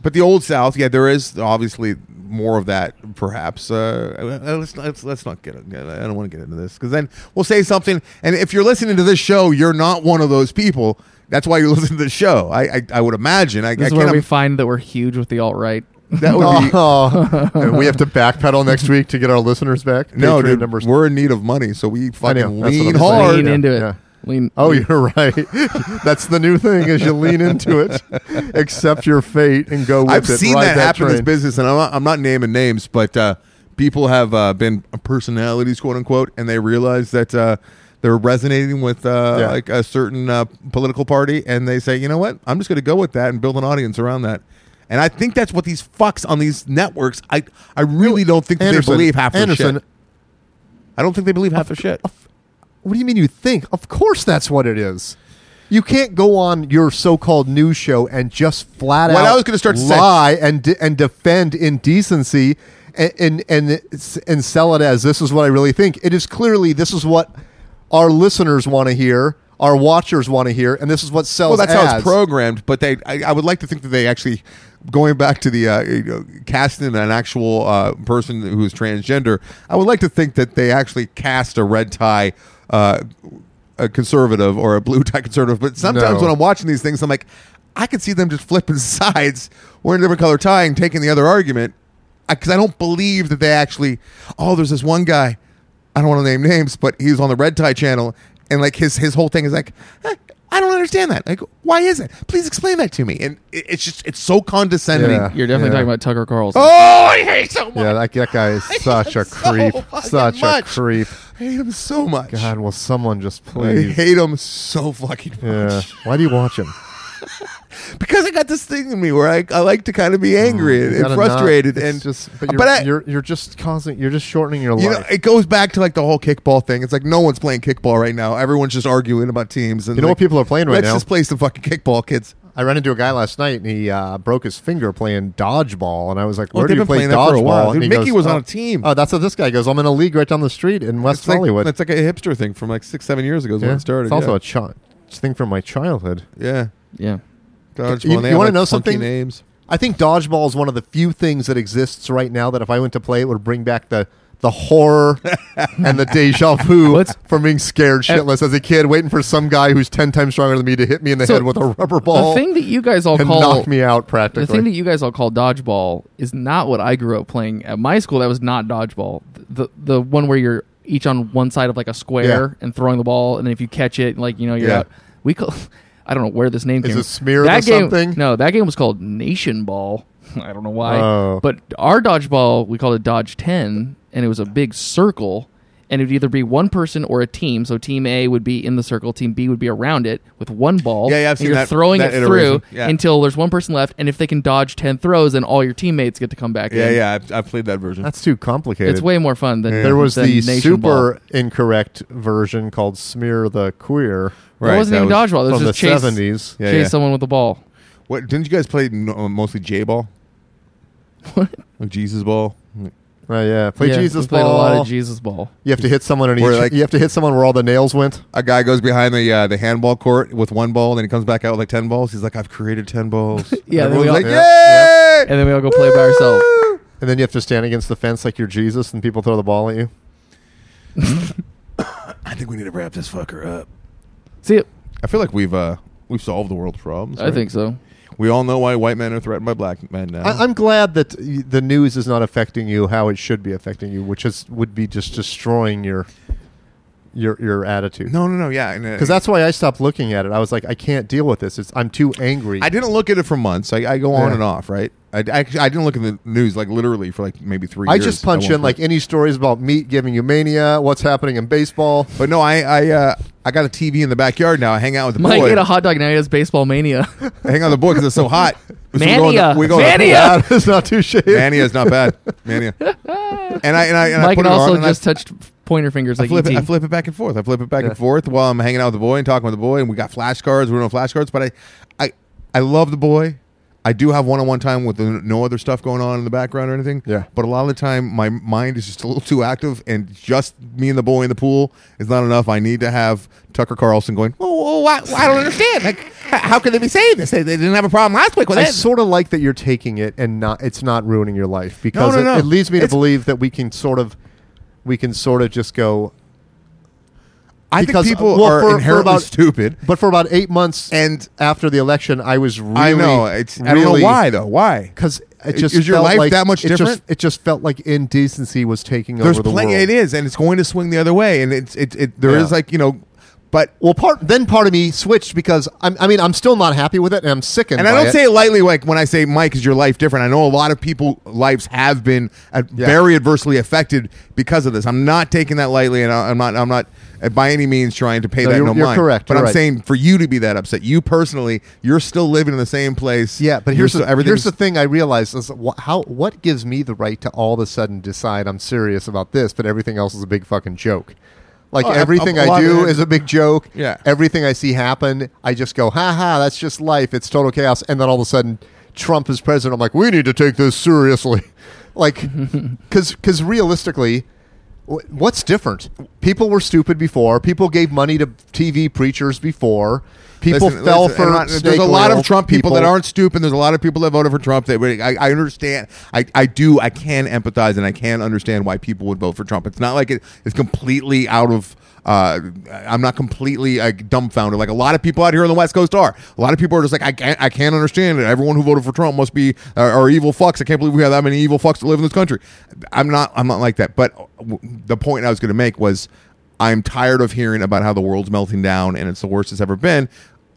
C: But the old South, yeah, there is obviously more of that. Perhaps uh, uh, let's, let's let's not get. I don't want to get into this because then we'll say something. And if you're listening to this show, you're not one of those people. That's why you listen to the show. I I, I would imagine. I, I
A: This is
C: can't.
A: where we
C: im-
A: find that we're huge with the alt right.
C: that would be
B: Oh, and we have to backpedal next week to get our listeners back.
C: no,
B: Patreon
C: dude,
B: numbers.
C: we're in need of money, so we
B: know,
C: fucking
B: that's what
C: lean
B: I'm saying.
C: hard.
A: Lean
B: yeah,
A: into it.
B: yeah.
A: Lean.
B: Oh, you're right. That's the new thing: is you lean into it, accept your fate, and go with
C: I've
B: it.
C: seen
B: ride
C: that, happen in this
B: train.
C: business, and I'm not, I'm not naming names, but uh, people have uh, been personalities, quote unquote, and they realize that uh, they're resonating with uh,
B: Yeah.
C: like a certain uh, political party, and they say, you know what, I'm just going to go with that and build an audience around that. And I think that's what these fucks on these networks. I I really don't think that they
B: Anderson,
C: believe half their
B: Anderson,
C: shit. I don't think they believe half their shit.
B: What do you mean you think? Of course, that's what it is. You can't go on your so-called news show and just flat
C: What
B: out
C: I was gonna start to say-
B: lie and de- and defend indecency and, and and it's- and sell it as this is what I really think. It is clearly this is what our listeners want to hear, our watchers want to hear, and this is what sells.
C: Well, that's how
B: ads.
C: it's programmed, but they I, I would like to think that they actually going back to the uh, you know, casting an actual uh, person who's transgender. I would like to think that they actually cast a red tie. Uh, a conservative or a blue tie conservative, but sometimes
B: No.
C: when I'm watching these things, I'm like, I can see them just flipping sides, wearing a different color tie and taking the other argument, because I, don't believe that they actually. Oh, there's this one guy. I don't want to name names, but he was on the red tie channel, and like his his whole thing is like, "Eh, I don't understand that. Like, why is it? Please explain that to me. And it, it's just it's so condescending.
B: Yeah.
A: You're definitely
B: Yeah.
A: talking about Tucker Carlson.
C: Oh, I hate him so much.
B: Yeah, that, that guy is such a
C: so
B: creep.
C: fucking
B: such
C: much.
B: a creep.
C: I hate him so much.
B: God, will someone just
C: I
B: please?
C: hate him so fucking much.
B: yeah. Why do you watch him?
C: because I got this thing in me where I, I like to kind of be angry and,
B: Mm, You
C: and
B: gotta
C: frustrated
B: not- it's
C: and
B: just but, you're,
C: I,
B: you're you're just causing you're just shortening your
C: you know
B: life.
C: it goes back to like the whole kickball thing. It's like no one's playing kickball right now. Everyone's just arguing about teams. And
B: You know
C: like,
B: what people are playing right
C: let's
B: now?
C: just play some fucking kickball, kids.
B: I ran into a guy last night and he uh, broke his finger playing dodgeball, and I was like,
C: Well,
B: "Where do
C: Oh, they've
B: you
C: been
B: play
C: playing that for a while.
B: dodgeball?"
C: Dude,
B: And he
C: Mickey
B: goes,
C: was on
B: "Oh."
C: a team.
B: Oh, that's what this guy goes. I'm in a league right down the street in West
C: It's like,
B: Hollywood.
C: That's like a hipster thing from like six, seven years ago is
B: Yeah.
C: when it started.
B: It's also
C: yeah.
B: a chi- thing from my childhood.
C: yeah.
A: Yeah.
C: Dodgeball.
B: You-
C: and they
B: you
C: have,
B: wanna
C: like,
B: know
C: funky
B: something?
C: Names.
B: I think dodgeball is one of the few things that exists right now that if I went to play, it would bring back the the horror and the deja vu
A: What's-
B: from being scared shitless as a kid, waiting for some guy who's ten times stronger than me to hit me in the
A: So,
B: head with a rubber ball
A: The thing that you guys all
B: and
A: call
B: knock me out
A: the thing that
B: practically.
A: you guys all call dodgeball is not what I grew up playing at my school. That was not dodgeball. The the one where you're each on one side of like a square and throwing the ball, and if you catch it, like you know you're
C: Yeah.
A: out. We call. I don't know where this name
B: Is
A: came.
B: it smeared
A: that
B: or
A: game,
B: something?
A: No, that game was called Nation Ball. I don't know why,
B: Oh.
A: but our dodgeball we called it Dodge Ten, and it was a big circle. And it would either be one person or a team. So team A would be in the circle, team B would be around it with one ball.
C: Yeah, yeah, I've
A: and
C: seen
A: you're
C: that-
A: throwing
C: that
A: it
C: iteration.
A: through
C: Yeah.
A: until there's one person left, and if they can dodge ten throws, then all your teammates get to come back.
C: Yeah,
A: in.
C: yeah. I've, I've played that version.
B: That's too complicated.
A: It's way more fun than
B: there was
A: than
B: the
A: nation
B: super
A: Ball.
B: incorrect version called Smear the Queer
A: That wasn't even
C: was-
A: dodgeball. That was
B: from the
A: just chase,
B: seventies.
C: Yeah,
A: chase
C: yeah.
A: someone with the ball.
C: What didn't you guys play no, mostly J ball?
A: What?
C: Like Jesus ball?
B: Oh yeah. Play
A: Yeah,
B: Jesus
A: we played
B: ball.
A: a lot of Jesus ball.
B: you have to hit someone and
C: Or like-
B: you have to hit someone where all the nails went.
C: A guy goes behind the uh, the handball court with one ball, then he comes back out with like ten balls. He's like, "I've created ten balls."
A: Yeah,
C: And
A: then
C: everyone's
A: we all-
C: like,
B: Yeah,
C: "Yay!"
A: And then we all go play by ourselves.
C: Woo!
B: And then you have to stand against the fence like you're Jesus and people throw the ball at you.
C: I think we need to wrap this fucker up.
A: See,
C: I feel like we've uh, we've solved the world's problems.
A: I
C: right?
A: think so.
C: we all know why white men are threatened by black men now.
B: I, I'm glad that y- the news is not affecting you how it should be affecting you, which is would be just destroying your your your attitude.
C: no, no, no. Yeah, uh, because
B: Because that's why I stopped looking at it. I was like, I can't deal with this. It's, I'm too angry.
C: I didn't look at it for months. I, I go on
B: Yeah.
C: and off, right? I, I, actually- I didn't look at the news like literally for like maybe three.
B: I
C: years
B: just
C: at
B: punch
C: one
B: in
C: point.
B: like any stories about meat giving you mania, what's happening in baseball.
C: But no, I I uh, I got a TV in the backyard now. I hang out with the
A: Mike
C: boy.
A: ate a hot dog. Now he has baseball mania.
C: I hang out with the boy because it's so hot. So we go on the-
A: Mania.
C: we go on the-
A: Mania.
B: Yeah, it's not too shady.
C: Mania is not bad. Mania. And I and I and I
A: Mike
C: put
A: had
C: it on
A: also
C: and
A: just E
C: I,
A: touched pointer fingers
C: I
A: like
C: flip it,
A: ET.
C: I flip it back and forth. I flip it back
B: Yeah.
C: and forth while I'm hanging out with the boy and talking with the boy. And we got flashcards. We're doing flashcards, but I I I love the boy. I I do have one-on-one time with the, no other stuff going on in the background or anything.
B: Yeah.
C: But a lot of the time, my mind is just a little too active, and just me and the boy in the pool is not enough. I need to have Tucker Carlson going. Oh, oh I, I don't understand. Like, h- how can they be saying this? They, they didn't have a problem last week with
B: I
C: it.
B: sort of like that you're taking it and not it's not ruining your life because
C: no,
B: it-
C: no.
B: It, leads me to
C: It's-
B: believe that we can sort of we can sort of just go
C: I think
B: because
C: people
B: well,
C: are
B: for- for
C: inherently
B: about-
C: stupid.
B: but for about 8 months
C: And
B: after the election I was really
C: I know it's. I don't know why though. Why?
B: cuz it
C: Is-
B: just
C: is your
B: felt
C: life
B: like-
C: that much
B: it just-
C: different?
B: it just felt like indecency was taking
C: There's
B: over the
C: plenty.
B: world.
C: It is, and it's going to swing the other way. And it's it. it there is
B: Yeah.
C: like you know, but
B: Well, part then part of me switched because I'm, I mean I'm still not happy with it and I'm sickened.
C: and I
B: by
C: don't
B: it.
C: say it lightly. Like when I say Mike is your life different. I know a lot of people lives have been uh,
B: Yeah.
C: very adversely affected because of this. I'm not taking that lightly, and I, I'm not. I'm not uh, by any means trying to pay
B: No,
C: that
B: you're-
C: no
B: you're
C: mind.
B: correct,
C: But
B: you're
C: I'm
B: right.
C: saying for you to be that upset, you personally, you're still living in the same place.
B: Yeah, but
C: You're
B: here's
C: still-
B: the, here's
C: everything's-
B: the thing I realized is wh- how what gives me the right to all of a sudden decide I'm serious about this, but everything else is a big fucking joke. Like
C: Oh, a-
B: everything
C: a- a
B: I
C: lot
B: do
C: of it-
B: is a big joke.
C: Yeah.
B: Everything I see happen, I just go, ha ha, that's just life. It's total chaos. And then all of a sudden, Trump is president. I'm like, we need to take this seriously. like, because realistically, wh- what's different? People were stupid before. People gave money to TV preachers before. People
C: Listen,
B: fell
C: listen,
B: for.
C: and I-
B: snake
C: there's a lot
B: oil.
C: of Trump people, that aren't stupid. There's a lot of people that voted for Trump. That really- I, I understand. I, I do. I can empathize and I can understand why people would vote for Trump. It's not like it is completely out of. Uh, I'm not completely like dumbfounded. Like a lot of people out here on the West Coast are. A lot of people are just like I can't. I can't understand it. Everyone who voted for Trump must be are, are evil fucks. I can't believe we have that many evil fucks that live in this country. I'm not. I'm not like that. But w- the point I was going to make was. I'm tired of hearing about how the world's melting down and it's the worst it's ever been.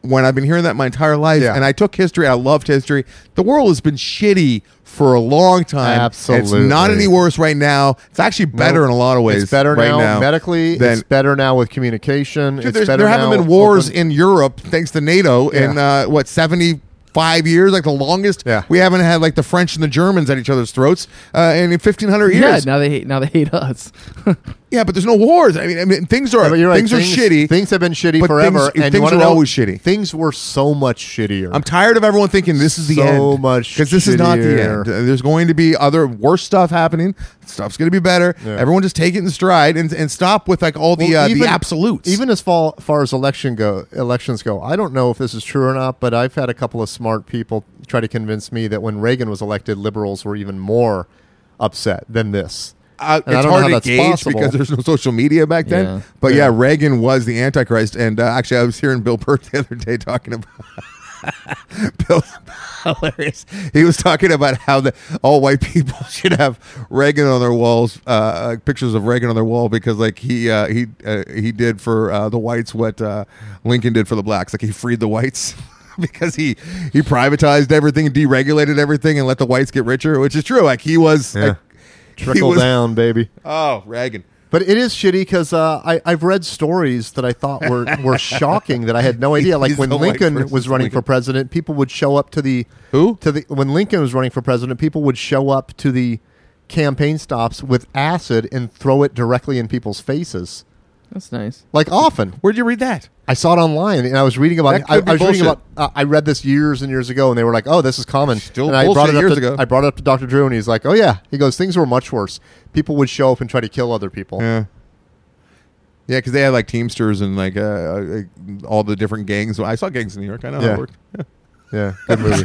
C: When I've been hearing that my entire life,
B: Yeah.
C: and I took history, I loved history. The world has been shitty for a long time.
B: Absolutely.
C: it's not any worse right now. It's actually better
B: Nope.
C: in a lot of ways.
B: It's better
C: right
B: now,
C: now,
B: medically.
C: than-
B: it's better now with communication.
C: Dude,
B: it's
C: there's-
B: better
C: there haven't
B: now
C: been wars
B: open-
C: in Europe thanks to NATO in uh, what seventy five years, like the longest
B: Yeah.
C: we haven't had like the French and the Germans at each other's throats, uh, and in fifteen hundred
A: Yeah,
C: years. Yeah,
A: now they hate now they hate us.
C: but there's no wars. I mean, I mean things are
B: Yeah, but you're right,
C: things, are shitty.
B: Things have been shitty
C: but
B: forever.
C: things-
B: and
C: things
B: you wanna
C: were
B: know-
C: always shitty.
B: Things were so much shittier.
C: I'm tired of everyone thinking this is the
B: So
C: end.
B: much
C: because this is not the
B: shittier.
C: end. There's going to be other worse stuff happening. Stuff's going to be better.
B: Yeah.
C: Everyone just take it in stride and, and stop with like all the
B: Well,
C: uh, the absolutes.
B: Even as far, far as election go, elections go, I don't know if this is true or not, but I've had a couple of smart people try to convince me that when Reagan was elected, liberals were even more upset than this.
C: uh,
B: And I
C: it's
B: don't know
C: hard
B: how
C: to
B: that's
C: gauge
B: possible.
C: because there's no social media back then.
A: Yeah.
C: But yeah.
B: Yeah.
C: Reagan was the Antichrist. And uh, actually, I was hearing Bill Burr the other day talking about Bill hilarious. He was talking about how the all white people should have Reagan on their walls, uh, uh, pictures of Reagan on their wall because like he uh, he uh, he did for uh, the whites what uh, Lincoln did for the blacks. Like he freed the whites. Because he he privatized everything, deregulated everything, and let the whites get richer, which is true. Like he was,
B: Yeah.
C: like, he
B: Trickle
C: was-
B: down, baby.
C: Oh, Reagan.
B: But it is shitty because uh, I I've read stories that I thought were were shocking that I had no idea. Like
C: He's
B: when
C: the white
B: Lincoln
C: versus
B: was running
C: Lincoln.
B: for president, people would show up to the
C: Who?
B: to the when Lincoln was running for president, people would show up to the campaign stops with acid and throw it directly in people's faces.
A: That's nice.
B: Like often,
C: Where'd you read that?
B: I saw it online and I was reading about.
C: That
B: it. I,
C: could be
B: I was reading
C: bullshit.
B: about. Uh, I read this years and years ago, and they were like, "Oh, this is common."
C: Still
B: and I
C: bullshit
B: brought it up
C: years
B: to,
C: ago.
B: I brought it up to Dr. Drew, and he's like, "Oh yeah." He goes, "Things were much worse. People would show up and try to kill other people."
C: Yeah. Yeah, because they had like Teamsters and like uh, uh, all the different gangs. I saw gangs in New York. I know how
B: Yeah.
C: it worked. Yeah,
B: Yeah, good movie.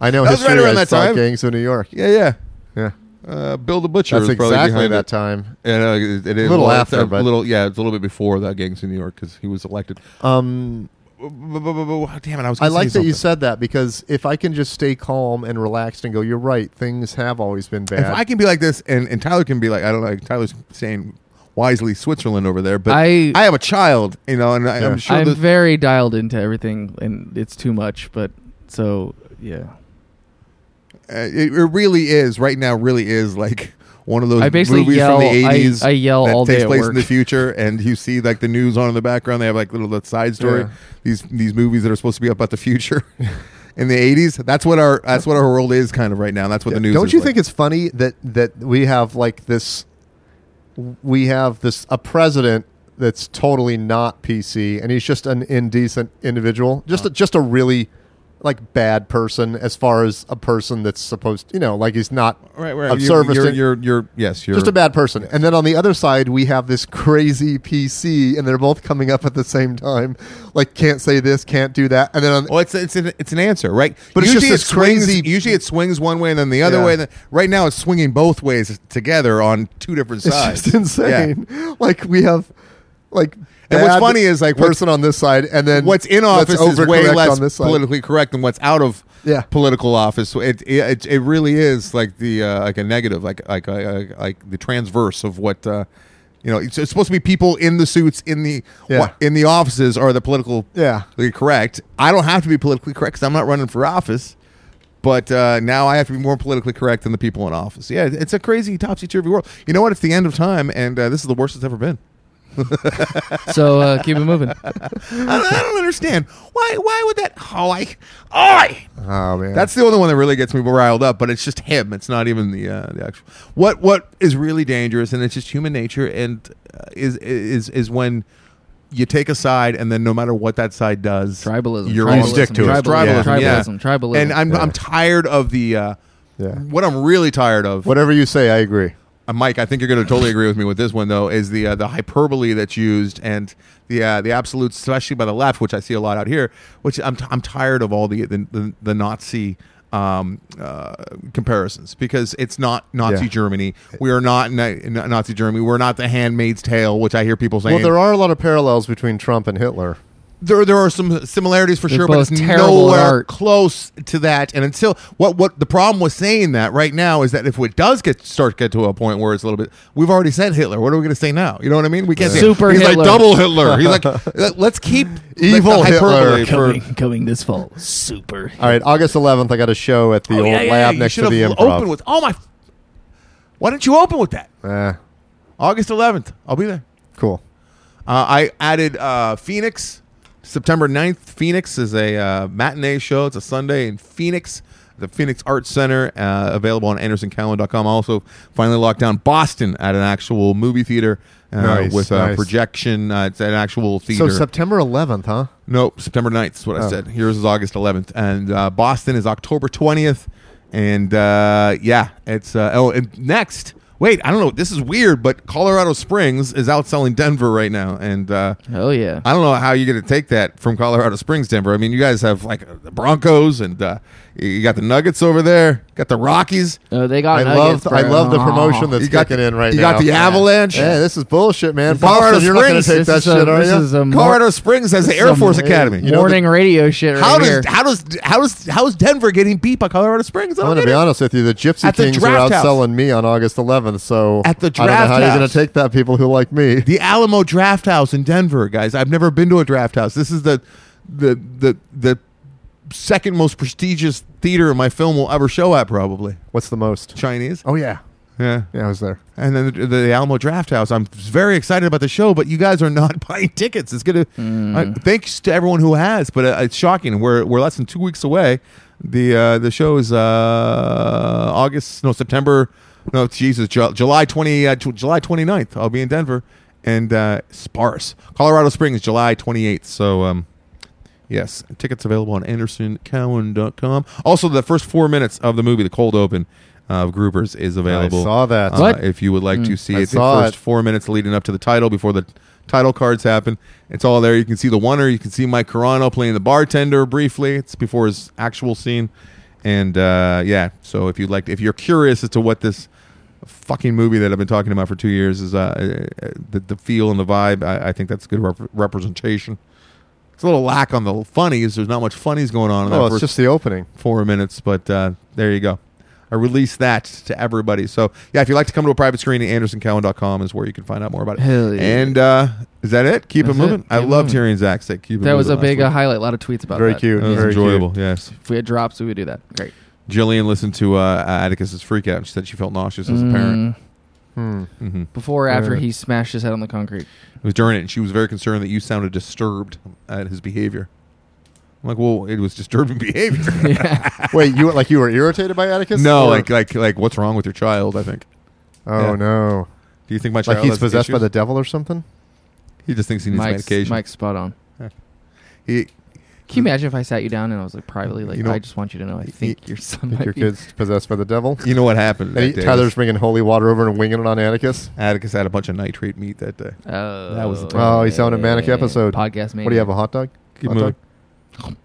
B: I know
C: That was
B: history.
C: right around
B: I
C: that
B: saw
C: time.
B: Gangs of New York.
C: yeah. yeah.
B: Yeah,
C: Uh, Bill the Butcher.
B: that's
C: was probably
B: exactly
C: behind
B: that
C: it.
B: time.
C: And, uh, it, it is
B: A little
C: well,
B: after,
C: it's a
B: but-
C: little yeah, it's a little bit before that gangs in New York because he was elected.
B: Um,
C: B- b- b- b- Damn it! I was.
B: I
C: gonna
B: like
C: say
B: that
C: something.
B: you said that because if I can just stay calm and relaxed and go, you're right. Things have always been bad.
C: If I can be like this, and, and Tyler can be like, I don't know. Like, Tyler's saying wisely Switzerland over there, but
A: I-
C: I have a child, you know, and I,
B: Yeah.
C: I'm sure
A: I'm
C: that-
A: very dialed into everything, and it's too much. But so yeah,
C: uh, it, it really is right now. Really is like one of those
A: I basically
C: movies
A: yell-
C: from
A: I-
C: the eighties.
A: I yell
C: that
A: all day
C: takes
A: at
C: place in
A: work.
C: the future, and you see like the news on in the background. They have like little that side story.
B: Yeah.
C: These these movies that are supposed to be about the future in the eighties. That's what our that's what our world is kind of right now. That's what the news.
B: Don't
C: is
B: you
C: like.
B: think it's funny that that we have like this? We have this a president that's totally not PC, and he's just an indecent individual. Just a, just a really like bad person as far as a person that's supposed you know like he's not
C: Right, right.
B: of
C: you,
B: service
C: You're,
B: to-
C: you're, you're, yes, you're
B: just a bad person and then on the other side we have this crazy pc and they're both coming up at the same time like can't say this can't do that and then on
C: Well, it's it's an, it's an answer, right?
B: But it's
C: usually
B: just
C: it
B: this
C: swings,
B: crazy-
C: Usually it swings one way and then the other
B: Yeah.
C: way. And then, right now, it's swinging both ways together on two different
B: it's
C: sides.
B: just insane like we have like
C: And what's
B: bad
C: funny is, like, what's-
B: person on this side and then
C: what's in
B: let's
C: office is way
B: overcorrect
C: less
B: on this side.
C: politically correct than what's out of
B: Yeah.
C: political office. So It, it it really is like the uh, like a negative, like like uh, like the transverse of what uh, you know. It's, it's supposed to be people in the suits in the
B: Yeah.
C: wha- in the offices are the political
B: Yeah.
C: politically correct. I don't have to be politically correct because I'm not running for office. But uh, now I have to be more politically correct than the people in office. Yeah, it's a crazy topsy turvy world. You know what? It's the end of time, and uh, this is the worst it's ever been.
A: So uh, keep it moving.
C: I don't, I don't understand why. Why would that? Oh, I, oh, I.
B: oh man
C: That's the only one that really gets me riled up, but it's just him. It's not even the uh, the actual. What what is really dangerous, and it's just human nature, and uh, is is is when you take a side, and then no matter what that side does,
A: Tribalism.
C: you're
A: tribalism,
C: all stick to it.
A: Tribalism.
C: Tribalism, yeah.
A: Tribalism. Tribalism.
C: And I'm
B: Yeah.
C: I'm tired of the. Uh,
B: Yeah.
C: What I'm really tired of,
B: whatever you say i agree
C: uh, Mike, I think you're going to totally agree with me with this one though. Is the uh, the hyperbole that's used and the uh, the absolutes, especially by the left, which I see a lot out here. Which I'm, t- I'm tired of all the the, the, the Nazi um, uh, comparisons because it's not Nazi
B: Yeah.
C: Germany. We are not na- na- Nazi Germany. We're not the Handmaid's Tale, which I hear people saying.
B: well there are a lot of parallels between trump and hitler
C: there there are some similarities for
A: They're
C: sure, but it's
A: both terrible at
C: nowhere
A: art.
C: close to that. And until what what the problem with saying that right now is that if it does get start to get to a point where it's a little bit, we've already said Hitler. What are we going to say now? You know what I mean? We can't say
A: Super
C: He's
A: Hitler.
C: like double Hitler. He's like let- let's keep
B: Evil
C: like the hyperbole
B: Hitler.
C: for-
A: coming this fall. Super.
B: All right, August 11th, I got a show at the
C: Oh,
B: old
C: yeah, yeah, yeah.
B: lab
C: You
B: next
C: should
B: to the
C: have
B: improv.
C: opened with oh my. Why didn't you open with that?
B: Eh,
C: August 11th. I'll be there.
B: cool.
C: Uh, I added uh, Phoenix, September 9th. Phoenix is a uh, matinee show. It's a Sunday in Phoenix, the Phoenix Arts Center, uh, available on AndersonCallen.com. Also, finally locked down Boston at an actual movie theater uh,
B: Nice,
C: with a
B: nice.
C: projection. Uh, it's an actual theater.
B: So September 11th, huh?
C: Nope, September 9th is what I
B: Oh.
C: said. Here's is August 11th. And uh, Boston is October 20th. And uh, yeah, it's. Uh, oh, and next. Wait, I don't know. This is weird, but Colorado Springs is outselling Denver right now. And uh,
A: Oh yeah.
C: I don't know how you're going to take that from Colorado Springs, Denver. I mean, you guys have like uh, the Broncos and uh, you got the Nuggets over there, got the Rockies,
A: No, they got.
B: I
A: nuggets,
B: love I
A: bro.
B: love the promotion that's
C: You got
B: kicking
C: the-
B: in right
C: you
B: now.
C: got the Avalanche.
B: Yeah, this is bullshit, man.
C: This is Colorado
B: Boston, you're not going to take
C: Springs.
B: that
A: This is
B: shit,
A: a-
B: are
A: this
B: you?
A: is a mor-
C: Colorado Springs has the
A: this
C: Air
A: is a-
C: Force Academy.
B: you know
A: morning radio shit. Right
C: How
A: here.
C: does, how does how does how is Denver getting beat by Colorado Springs? I
B: I'm
C: don't
B: going to
C: get
B: be
C: it.
B: honest with you. The Gypsy
C: At the
B: Kings are
C: draft house.
B: outselling me on August 11th, so
C: At the
B: I don't
C: draft
B: know how you're going
C: house.
B: to take that, people who like me.
C: The Alamo Draft House in Denver, guys. I've never been to a draft house. This is the the the the second most prestigious theater my film will ever show at, probably
B: What's the most?
C: Chinese.
B: Oh, yeah.
C: Yeah,
B: Yeah, I was there.
C: and then the, the Alamo Draft House. I'm very excited about the show, but you guys are not buying tickets. It's gonna. I- thanks to everyone who has, but uh, it's shocking. We're we're less than two weeks away. The uh, the show is uh, August no September no Jesus Ju- July twenty uh, Ju- July 29th. I'll be in Denver and uh, sparse Colorado Springs July twenty eighth. So. Um, Yes, tickets available on andersoncowan.com. Also, the first four minutes of the movie, The Cold Open uh, of Groupers, is available.
B: saw that.
C: Uh,
A: What?
C: If you would like to see
B: Hmm. I
C: it, the
B: saw
C: first
B: it.
C: four minutes leading up to the title before the title cards happen, it's all there. You can see the winner. You can see Mike Carano playing the bartender briefly. It's before his actual scene, and uh, yeah. So if you'd like, if you're curious as to what this fucking movie that I've been talking about for two years is, uh, uh, uh, the, the feel and the vibe, I, I think that's good rep- representation. It's a little lack on the funnies. There's not much funnies going on in that
B: Oh, it's
C: first
B: just the opening.
C: four minutes, but uh, there you go. I released that to everybody. So yeah, if you'd like to come to a private screening, AndersonCowan.com is where you can find out more about it.
A: Hell yeah.
C: And uh, is that it? Keep
A: That's
C: it moving.
A: it.
C: I
A: Keep it
C: loved
A: moving.
C: hearing Zach say keep it
A: That was a
C: moving last
A: big uh,
C: week.
A: highlight. A lot of tweets about
B: Very
A: that.
B: cute.
C: That was
B: Very
C: enjoyable. Yes.
A: If we had drops, we would do that. Great.
C: Jillian listened to uh, Atticus's freak out. and She said she felt nauseous as a parent.
A: Mm.
B: Hmm.
C: hmm
A: Before or after
B: Yeah.
A: he smashed his head on the concrete.
C: It was during it, and she was very concerned that you sounded disturbed at his behavior. I'm like, well, it was disturbing behavior.
A: yeah.
B: Wait, you like you were irritated by Atticus?
C: no,
B: Or-
C: like, like, like, what's wrong with your child? I think.
B: oh
C: yeah.
B: no,
C: Do you think my child
B: like he's
C: has
B: possessed by
C: issues?
B: the devil or something?
C: He just thinks he needs
A: Mike's,
C: medication.
A: Mike's spot on.
C: He
A: Can you imagine if I sat you down and I was like privately like,
B: Hmm. You know-
A: I just want you to know, I think your son
B: Think
A: might
B: your
A: be-
B: kid's possessed by the devil?
C: You know what happened?
B: And
C: that
B: he,
C: day
B: Tyler's
C: was
B: bringing holy water over and winging it on Atticus.
C: Atticus had a bunch of nitrate meat that day.
A: Oh,
C: That was the
B: Oh, he sounded manic episode.
A: Podcast, maybe.
B: What do you have, a hot dog?
C: Keep
B: hot dog?
C: moving.